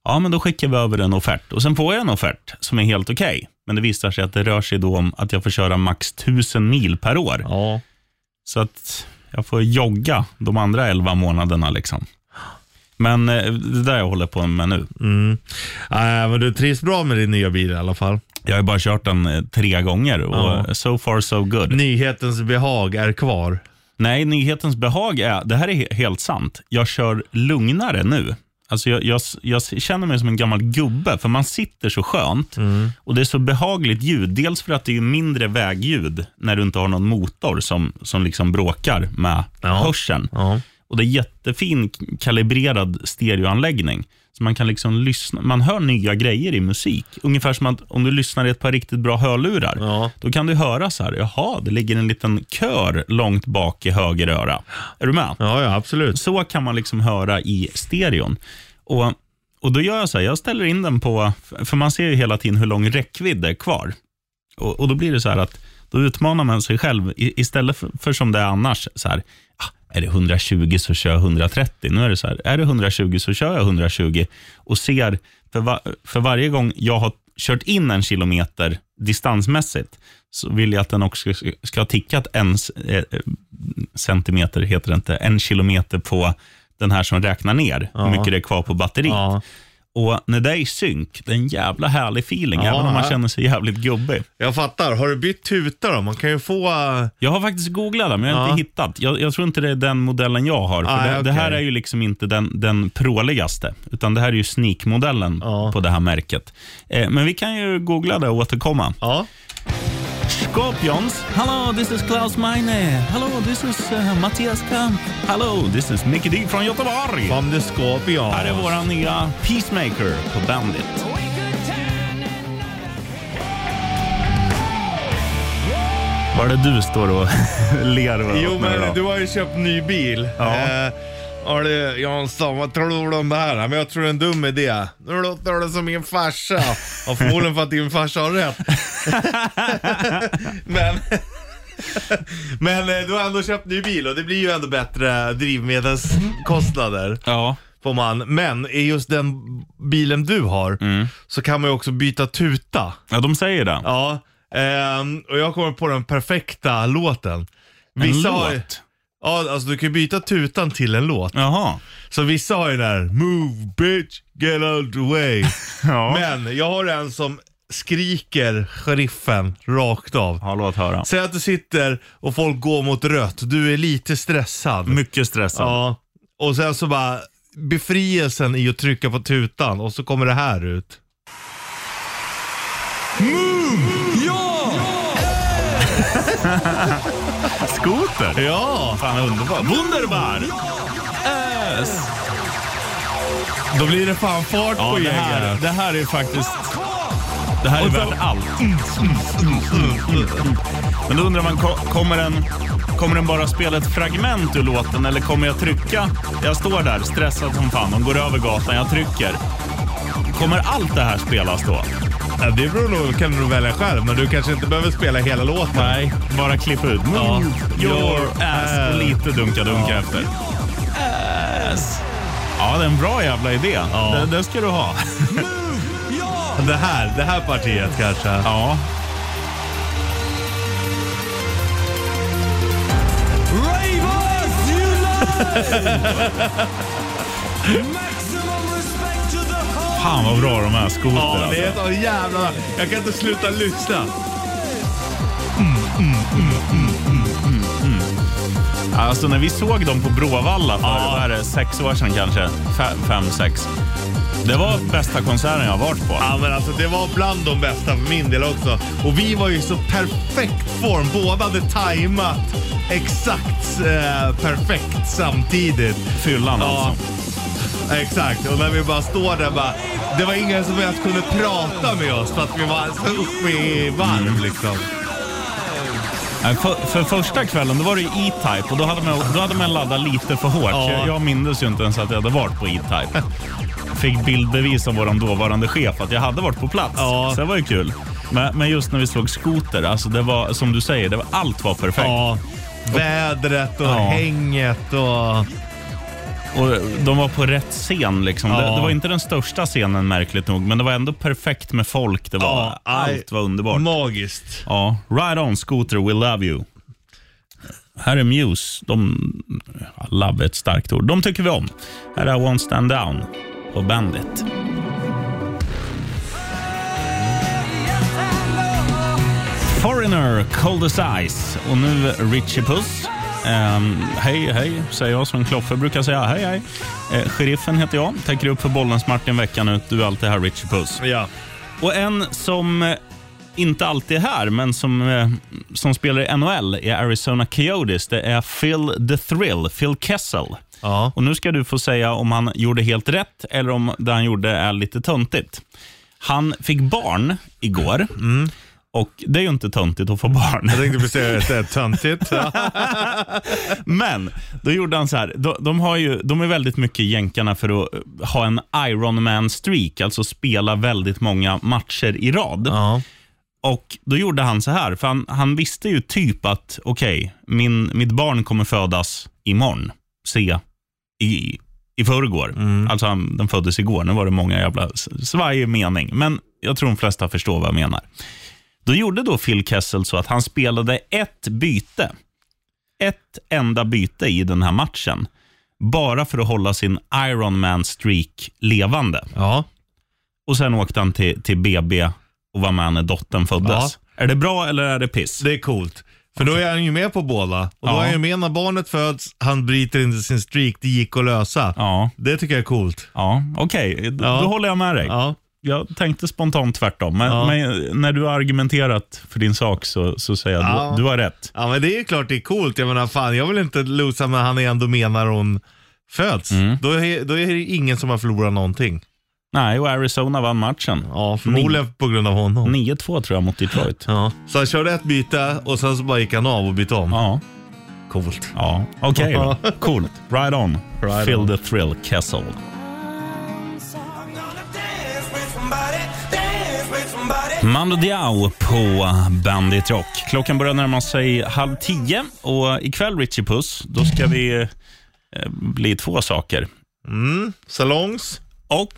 Speaker 2: Ja, men då skickar vi över en offert och sen får jag en offert som är helt okej. Men det visar sig att det rör sig då om att jag får köra max 1000 mil per år.
Speaker 3: Ja.
Speaker 2: Så att jag får jogga de andra 11 månaderna liksom. Men eh, det där jag håller på med nu.
Speaker 3: Mm. Nej, men du trivs bra med din nya bil i alla fall.
Speaker 2: Jag har ju bara kört den eh, tre gånger och
Speaker 3: Ja.
Speaker 2: eh, so far so good.
Speaker 3: Mm. Nyhetens behag är kvar.
Speaker 2: Nej, nyhetens behag är, det här är he- helt sant, jag kör lugnare nu. Alltså jag, jag, jag känner mig som en gammal gubbe, för man sitter så skönt
Speaker 3: Mm.
Speaker 2: och det är så behagligt ljud. Dels för att det är mindre vägljud när du inte har någon motor som, som liksom bråkar med
Speaker 3: Ja.
Speaker 2: hörseln.
Speaker 3: Ja.
Speaker 2: Och det är jättefin k- kalibrerad stereoanläggning. Så man kan liksom lyssna, man hör nya grejer i musik. Ungefär som att om du lyssnar i ett par riktigt bra hörlurar,
Speaker 3: Ja.
Speaker 2: då kan du höra så här, jaha, det ligger en liten kör långt bak i höger öra. Är du med?
Speaker 3: Ja, ja, absolut.
Speaker 2: Så kan man liksom höra i stereon. Och, och då gör jag så här, jag ställer in den på, för man ser ju hela tiden hur lång räckvidd det är kvar. Och, och då blir det så här att, då utmanar man sig själv i, istället för, för som det är annars, så här, ah, är det 120 så kör jag 130. Nu är det så här, är det 120 så kör jag 120 och ser, för, va, för varje gång jag har kört in en kilometer distansmässigt, så vill jag att den också ska- ska ha tickat en s- eh, centimeter, heter det inte, en kilometer på den här som räknar ner hur mycket det är kvar på batteriet.
Speaker 3: Ja.
Speaker 2: Och när det är i synk, det är en jävla härlig feeling,
Speaker 3: Ja,
Speaker 2: även om man
Speaker 3: ja.
Speaker 2: känner sig jävligt gubbig.
Speaker 3: Jag fattar. Har du bytt tuta då? Man kan ju få... eh,
Speaker 2: Jag har faktiskt googlat det, men jag har
Speaker 3: Ja.
Speaker 2: inte hittat. Jag, jag tror inte det är den modellen jag har. För
Speaker 3: Ah,
Speaker 2: det,
Speaker 3: okej.
Speaker 2: det här är ju liksom inte den, den pråligaste, utan det här är ju sneak-modellen
Speaker 3: Ja.
Speaker 2: på det här märket. Eh, men vi kan ju googla det och återkomma.
Speaker 3: Ja.
Speaker 2: Scorpions. Hello, this is Klaus Meine. Hello, this is uh, Mattias Kamp. Hello, this is Mickey D från Göteborg.
Speaker 3: Om det ska vi ha.
Speaker 2: Här är våra nya Peacemaker på Bandit. Var det du står och [laughs] ler och
Speaker 3: Jo,
Speaker 2: åt mig då?
Speaker 3: men du har ju köpt ny bil.
Speaker 2: Ja.
Speaker 3: Eh, har du, Jansson, vad tror du om det här? Men jag tror det är en dum idé. Nu låter du som
Speaker 2: [laughs]
Speaker 3: min farsa. Och förmodligen för att din farsa har rätt. men... Men eh, du har ändå köpt ny bil och det blir ju ändå bättre drivmedelskostnader.
Speaker 2: Ja.
Speaker 3: Får man. Men i just den bilen du har
Speaker 2: Mm.
Speaker 3: så kan man ju också byta tuta.
Speaker 2: ja, de säger det.
Speaker 3: Ja, ehm, och jag kommer på den perfekta låten. Vissa
Speaker 2: en
Speaker 3: har ju-
Speaker 2: låt.
Speaker 3: Ja, alltså du kan ju byta tutan till en låt.
Speaker 2: Jaha.
Speaker 3: Så vissa har ju den här Move bitch, get out the [laughs] way.
Speaker 2: Ja.
Speaker 3: Men jag har en som skriker sheriffen rakt av.
Speaker 2: ja, låt höra.
Speaker 3: Säg att du sitter och folk går mot rött. Du är lite stressad.
Speaker 2: Mycket stressad.
Speaker 3: Ja, och sen så bara befrielsen i att trycka på tutan och så kommer det här ut.
Speaker 2: Skoter.
Speaker 3: Ja!
Speaker 2: Fan, underbar. Wunderbar!
Speaker 3: Då blir det fan fart
Speaker 2: Ja,
Speaker 3: på
Speaker 2: det här,
Speaker 3: gänget.
Speaker 2: det här är faktiskt... Det här är värt allt. mm, Men då undrar man, ko- kommer den, kommer den bara spela ett fragment ur låten eller kommer jag trycka? Jag står där stressad som fan, de går över gatan, jag trycker. Kommer allt det här spelas då?
Speaker 3: Ja, det beror nog, kan du nog välja själv, men du kanske inte behöver spela hela låten.
Speaker 2: Nej, bara klipp ut. Mm,
Speaker 3: Ja.
Speaker 2: Your ass och lite dunka-dunka
Speaker 3: Ja.
Speaker 2: efter. Ass. Ja, det är en bra jävla idé. Den, den ska du ha.
Speaker 3: Det här, det här partiet kanske.
Speaker 2: Ja. Fan vad bra de här skoter
Speaker 3: Ja, det
Speaker 2: alltså.
Speaker 3: är ett, oh, jävlar. Jag kan inte sluta lyssna.
Speaker 2: Alltså när vi såg dem på Bråvalla för vad är det, sex år sedan kanske, Fe- fem, sex. Det var bästa konserten jag har varit på.
Speaker 3: Ja, men alltså det var bland de bästa för min del också. Och vi var ju så perfekt form. Båda hade tajmat exakt eh, perfekt samtidigt.
Speaker 2: Fyllan
Speaker 3: Ja,
Speaker 2: alltså.
Speaker 3: exakt. Och när vi bara står där bara. Det var ingen som ens kunde prata med oss för att vi var så uppe i varv liksom.
Speaker 2: Nej, Äh, För, för första kvällen då var det ju E-Type och då hade man, då hade man laddat lite för hårt.
Speaker 3: Ja.
Speaker 2: Jag, jag mindes ju inte ens att jag hade varit på E-Type. Fick bildbevis av vår dåvarande chef att jag hade varit på plats.
Speaker 3: Ja.
Speaker 2: Så det var ju kul. Men, men just när vi slog skoter, alltså det var som du säger, det var, allt var perfekt.
Speaker 3: Ja, vädret och
Speaker 2: Ja.
Speaker 3: hänget och...
Speaker 2: Och de var på rätt scen. Liksom. Det,
Speaker 3: Ja.
Speaker 2: det var inte den största scenen märkligt nog, men det var ändå perfekt med folk. Det var,
Speaker 3: Ja, aj.
Speaker 2: allt var underbart.
Speaker 3: Magiskt.
Speaker 2: Ja, Ride On Scooter, We Love You. Här är Muse. De, ja, love är ett starkt ord. De tycker vi om. Här är One Stand Down på Bandit. Foreigner, Cold As Ice och nu Richie Puss. Ehm, hej, hej, säger jag som Kloffe brukar säga. Hej, hej. Eh, sheriffen heter jag. Täcker upp för bollens Martin veckan ut. Du är alltid här, Richie Puss.
Speaker 3: Ja.
Speaker 2: Och en som eh, inte alltid är här, men som, eh, som spelar i NHL i Arizona Coyotes, det är Phil the Thrill, Phil Kessel.
Speaker 3: Ja.
Speaker 2: Och nu ska du få säga om han gjorde helt rätt eller om det han gjorde är lite töntigt. Han fick barn igår. Och det är ju inte töntigt att få barn.
Speaker 3: Jag tänkte precis säga att det är töntigt.
Speaker 2: Men då gjorde han så här. De, de, har ju, de är väldigt mycket jänkarna för att eh, ha en Ironman streak, alltså spela väldigt många matcher i rad.
Speaker 3: Ja.
Speaker 2: Och Då gjorde han så här, för han, han visste ju typ att okej, min mitt barn kommer födas imorgon. Se, i, i förrgår. Alltså han, den föddes igår. Nu var det många jävla s- svajig mening, men jag tror de flesta förstår vad jag menar. Då gjorde då Phil Kessel så att han spelade ett byte. Ett enda byte i den här matchen. Bara för att hålla sin Ironman-streak levande.
Speaker 3: ja.
Speaker 2: Och sen åkte han till, till BB och var med när dottern föddes. Är det bra eller är det piss?
Speaker 3: Det är coolt. För då är han ju med på båda. Och då
Speaker 2: Ja.
Speaker 3: är han ju med när barnet föds, han bryter inte sin streak, det gick att lösa.
Speaker 2: Ja,
Speaker 3: Det tycker jag är coolt.
Speaker 2: ja okej. Då,
Speaker 3: Ja.
Speaker 2: då håller jag med dig.
Speaker 3: Ja.
Speaker 2: Jag tänkte spontant tvärtom, men,
Speaker 3: Ja.
Speaker 2: men när du har argumenterat för din sak så, så säger jag
Speaker 3: Ja.
Speaker 2: du, du har rätt.
Speaker 3: ja, men det är ju klart det är coolt. Jag menar fan, jag vill inte losa men han är ändå med när hon föds.
Speaker 2: Mm.
Speaker 3: Då, är, då är det ingen som har förlorat någonting.
Speaker 2: Nej, och Arizona vann matchen.
Speaker 3: Ja, förmodligen på grund av honom.
Speaker 2: 9-2 tror jag mot Detroit.
Speaker 3: Ja. Så han körde ett byte och sen så bara gick han av och bytte om.
Speaker 2: Ja,
Speaker 3: Coolt.
Speaker 2: ja. okej
Speaker 3: [laughs]
Speaker 2: då. Coolt. Right on.
Speaker 3: Right
Speaker 2: Feel
Speaker 3: on.
Speaker 2: the thrill, Kessel.
Speaker 4: I'm gonna dance with somebody, dance with somebody.
Speaker 2: Mando Diao på Bandit Rock. Klockan börjar närma sig halv tio och ikväll, Richie Puss, då ska vi eh, bli två saker.
Speaker 3: Salongs.
Speaker 2: Och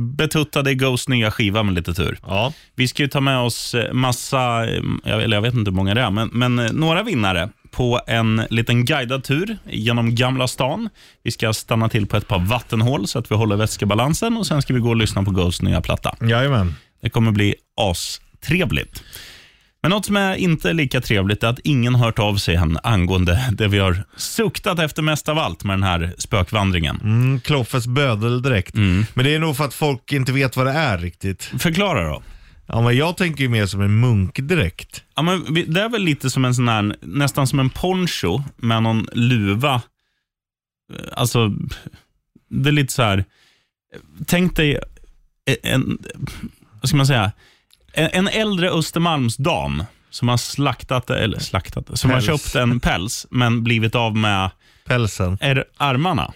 Speaker 2: betuttade Ghosts nya skiva med lite tur.
Speaker 3: Ja.
Speaker 2: Vi ska ju ta med oss eh, massa, eh, jag- eller jag vet inte hur många det är, men, men eh, några vinnare på en liten guidad tur genom Gamla stan. Vi ska stanna till på ett par vattenhål så att vi håller vätskebalansen och sen ska vi gå och lyssna på Ghosts nya platta.
Speaker 3: Jajamän.
Speaker 2: Det kommer bli astrevligt. Men något som är inte lika trevligt är att ingen har hört av sig än angående det vi har suktat efter mest av allt med den här spökvandringen.
Speaker 3: Mm, Kloffes bödeldräkt.
Speaker 2: Mm.
Speaker 3: Men det är nog för att folk inte vet vad det är riktigt.
Speaker 2: Förklara då.
Speaker 3: Ja, men jag tänker ju mer som en munkdräkt.
Speaker 2: Ja, men vi- det är väl lite som en sån här, nästan som en poncho med någon luva. Alltså, det är lite så här. Tänk dig en, vad ska man säga, en, en äldre Östermalmsdam som har slaktat, eller slaktat, som har
Speaker 3: Päls.
Speaker 2: köpt en päls men blivit av med
Speaker 3: Pälsen.
Speaker 2: är, armarna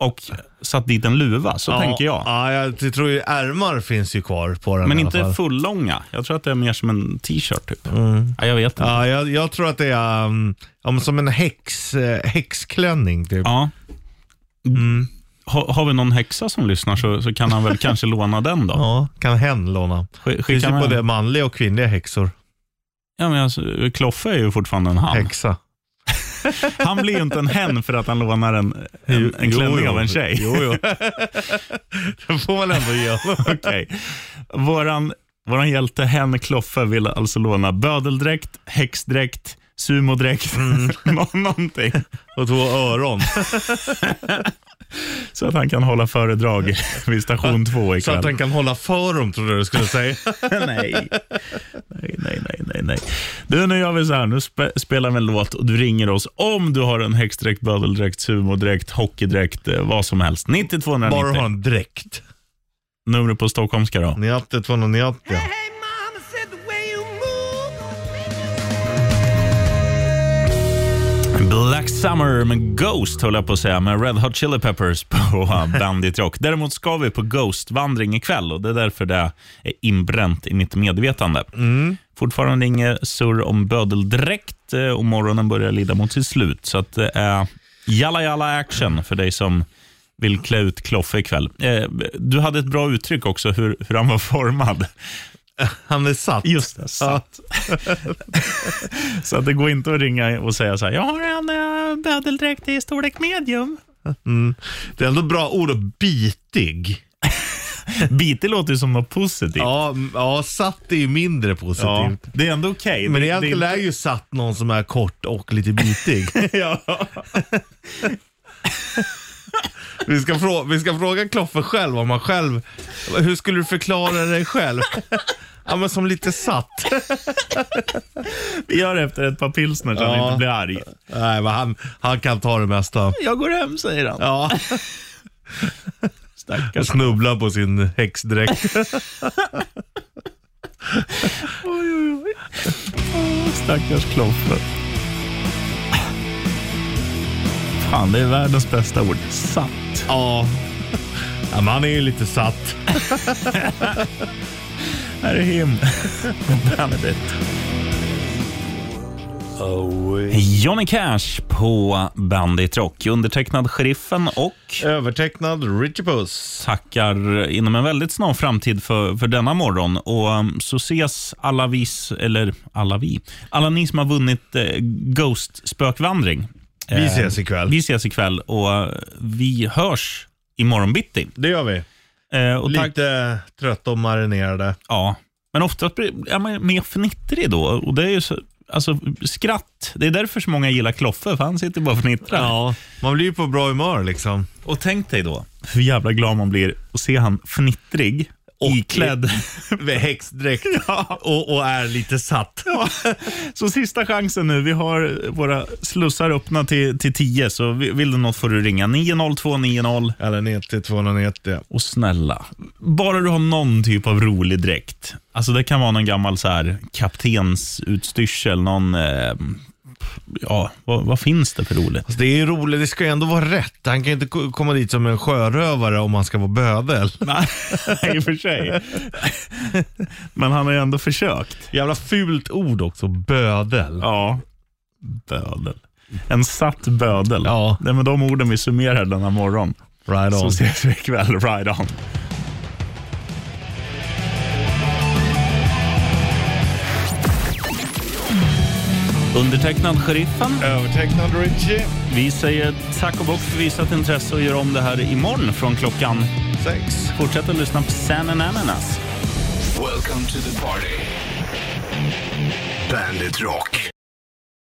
Speaker 2: och satt dit en luva. Så tänker jag.
Speaker 3: Ja, jag tror ju ärmar finns ju kvar på den
Speaker 2: Men
Speaker 3: i alla
Speaker 2: inte
Speaker 3: fall.
Speaker 2: fullånga. Jag tror att det är mer som en t-shirt typ.
Speaker 3: Mm.
Speaker 2: Ja, jag vet inte.
Speaker 3: Ja, jag, jag tror att det är um, ja, men som en häx, eh, häxklänning typ.
Speaker 2: Ja.
Speaker 3: Mm.
Speaker 2: Ha, har vi någon häxa som lyssnar så, så kan han
Speaker 3: [laughs]
Speaker 2: väl kanske låna den då.
Speaker 3: Ja, kan hen låna.
Speaker 2: Sk-
Speaker 3: Finns
Speaker 2: Skicka
Speaker 3: ju
Speaker 2: med
Speaker 3: både
Speaker 2: den.
Speaker 3: manliga och kvinnliga häxor.
Speaker 2: Ja, men alltså, Kloffe är ju fortfarande en han.
Speaker 3: Häxa.
Speaker 2: Han blir ju inte en hen för att han lånar en, en, en
Speaker 3: Jo,
Speaker 2: klänning
Speaker 3: jo.
Speaker 2: av en tjej.
Speaker 3: Jo, jo. [laughs] det får man ändå ge honom.
Speaker 2: [laughs] Okej. Våran, våran hjälte Hen Kloffe vill alltså låna bödeldräkt, häxdräkt, sumodräkt,
Speaker 3: Mm.
Speaker 2: [laughs] nå- någonting.
Speaker 3: [laughs] Och två
Speaker 2: [laughs]
Speaker 3: öron.
Speaker 2: Så att han kan hålla föredrag vid station två
Speaker 3: Så att
Speaker 2: ikväll.
Speaker 3: han kan hålla för dem trodde jag du
Speaker 2: [laughs]
Speaker 3: skulle säga. [laughs]
Speaker 2: nej. nej, nej, nej, nej, nej. Du, nu gör vi så här. Nu spe- spelar vi en låt och du ringer oss om du har en häxdräkt, bödeldräkt, sumodräkt, hockeydräkt, eh, vad som helst. 90
Speaker 3: Bara
Speaker 2: 290.
Speaker 3: ha en dräkt.
Speaker 2: Numret på stockholmska då.
Speaker 3: Njatte 290.
Speaker 4: Hey, mama said the way you move.
Speaker 2: Black Summer med Ghost höll jag på att säga, med Red Hot Chili Peppers på [laughs] eh, Bandit Rock. Däremot ska vi på Ghost-vandring ikväll och det är därför det är inbränt i mitt medvetande. Fortfarande inget surr om bödeldräkt eh, och morgonen börjar lida mot sitt slut. Så att det är jalla jalla action för dig som vill klä ut Kloffe ikväll. Eh, Du hade ett bra uttryck också hur, hur han var formad.
Speaker 3: Han är
Speaker 2: [laughs]
Speaker 3: satt.
Speaker 2: Just [laughs] det, satt. så att det går inte att ringa och säga så här, jag har en eh, bödeldräkt i storlek medium.
Speaker 3: Det är ändå bra ord och bitig.
Speaker 2: Bitig låter ju som något positivt.
Speaker 3: Ja, m- ja satt är ju mindre positivt.
Speaker 2: Ja, det är ändå okej.
Speaker 3: Men
Speaker 2: Det-
Speaker 3: egentligen
Speaker 2: det
Speaker 3: är ju satt någon som är kort och lite bitig.
Speaker 2: inte- [laughs] ja.
Speaker 3: vi, ska frå- vi ska fråga Kloffe själv om han själv... Hur skulle du förklara dig själv? ja, men som lite satt.
Speaker 2: Vi gör det efter ett par pilsner så han
Speaker 3: Ja.
Speaker 2: inte blir arg.
Speaker 3: Nej, men han, han kan ta det mesta.
Speaker 2: Jag går hem, säger han.
Speaker 3: Ja,
Speaker 2: Stackars.
Speaker 3: snubbla på sin häxdräkt.
Speaker 2: Oj, oj, oj. Åh, Stackars Kloffe. Fan, det är världens bästa ord. Satt.
Speaker 3: ja. ja, men han är ju lite satt.
Speaker 2: Här är him. Bandit. Johnny Cash på Bandit Rock. Undertecknad Sheriffen och
Speaker 3: Övertecknad Richie Puss.
Speaker 2: tackar inom en väldigt snar framtid för, för denna morgon. Och um, Så ses alla vis, eller alla vi, alla ni som har vunnit eh, Ghost-spökvandring. Eh,
Speaker 3: Vi ses ikväll.
Speaker 2: Vi ses ikväll och eh, vi hörs imorgon bitti.
Speaker 3: Det gör vi.
Speaker 2: Eh, och tack,
Speaker 3: Lite trötta och marinerade.
Speaker 2: ja. Men oftast blir- är man mer fnittrig då. Och det är ju så, alltså, skratt. Det är därför så många gillar Kloffe, för han sitter bara och fnittrar.
Speaker 3: Man blir ju på bra humör liksom.
Speaker 2: Och tänk dig då hur jävla glad man blir att se han fnittrig, iklädd
Speaker 3: Med
Speaker 2: [laughs]
Speaker 3: häxdräkt. och, och är lite satt.
Speaker 2: Ja, så sista chansen nu. Vi har våra slussar öppna till, till 10, så vi- vill du något får du ringa 90290.
Speaker 3: Eller 90 290.
Speaker 2: Och snälla, bara du har någon typ av rolig dräkt. Alltså det kan vara någon gammal så här kaptensutstyrsel, någon eh, ja, vad, vad finns det för
Speaker 3: [laughs]
Speaker 2: roligt?
Speaker 3: Alltså, det är ju roligt, det ska ju ändå vara rätt. Han kan ju inte ko- komma dit som en sjörövare om han ska vara bödel.
Speaker 2: Nej, i och för sig. Men han har ju ändå försökt.
Speaker 3: Jävla fult ord också, bödel.
Speaker 2: Ja. Bödel. En satt bödel.
Speaker 3: Ja.
Speaker 2: Det är med de orden vi summerar denna morgon.
Speaker 3: Right
Speaker 2: Så
Speaker 3: on.
Speaker 2: ses vi ikväll. Ride on. Undertecknad Sheriffen.
Speaker 3: Övertecknad Richie.
Speaker 2: Vi säger tack och bock för visat intresse och gör om det här imorgon från klockan.
Speaker 3: Sex.
Speaker 2: Fortsätt att lyssna på San and Ananas.
Speaker 1: Welcome to the party. Bandit Rock.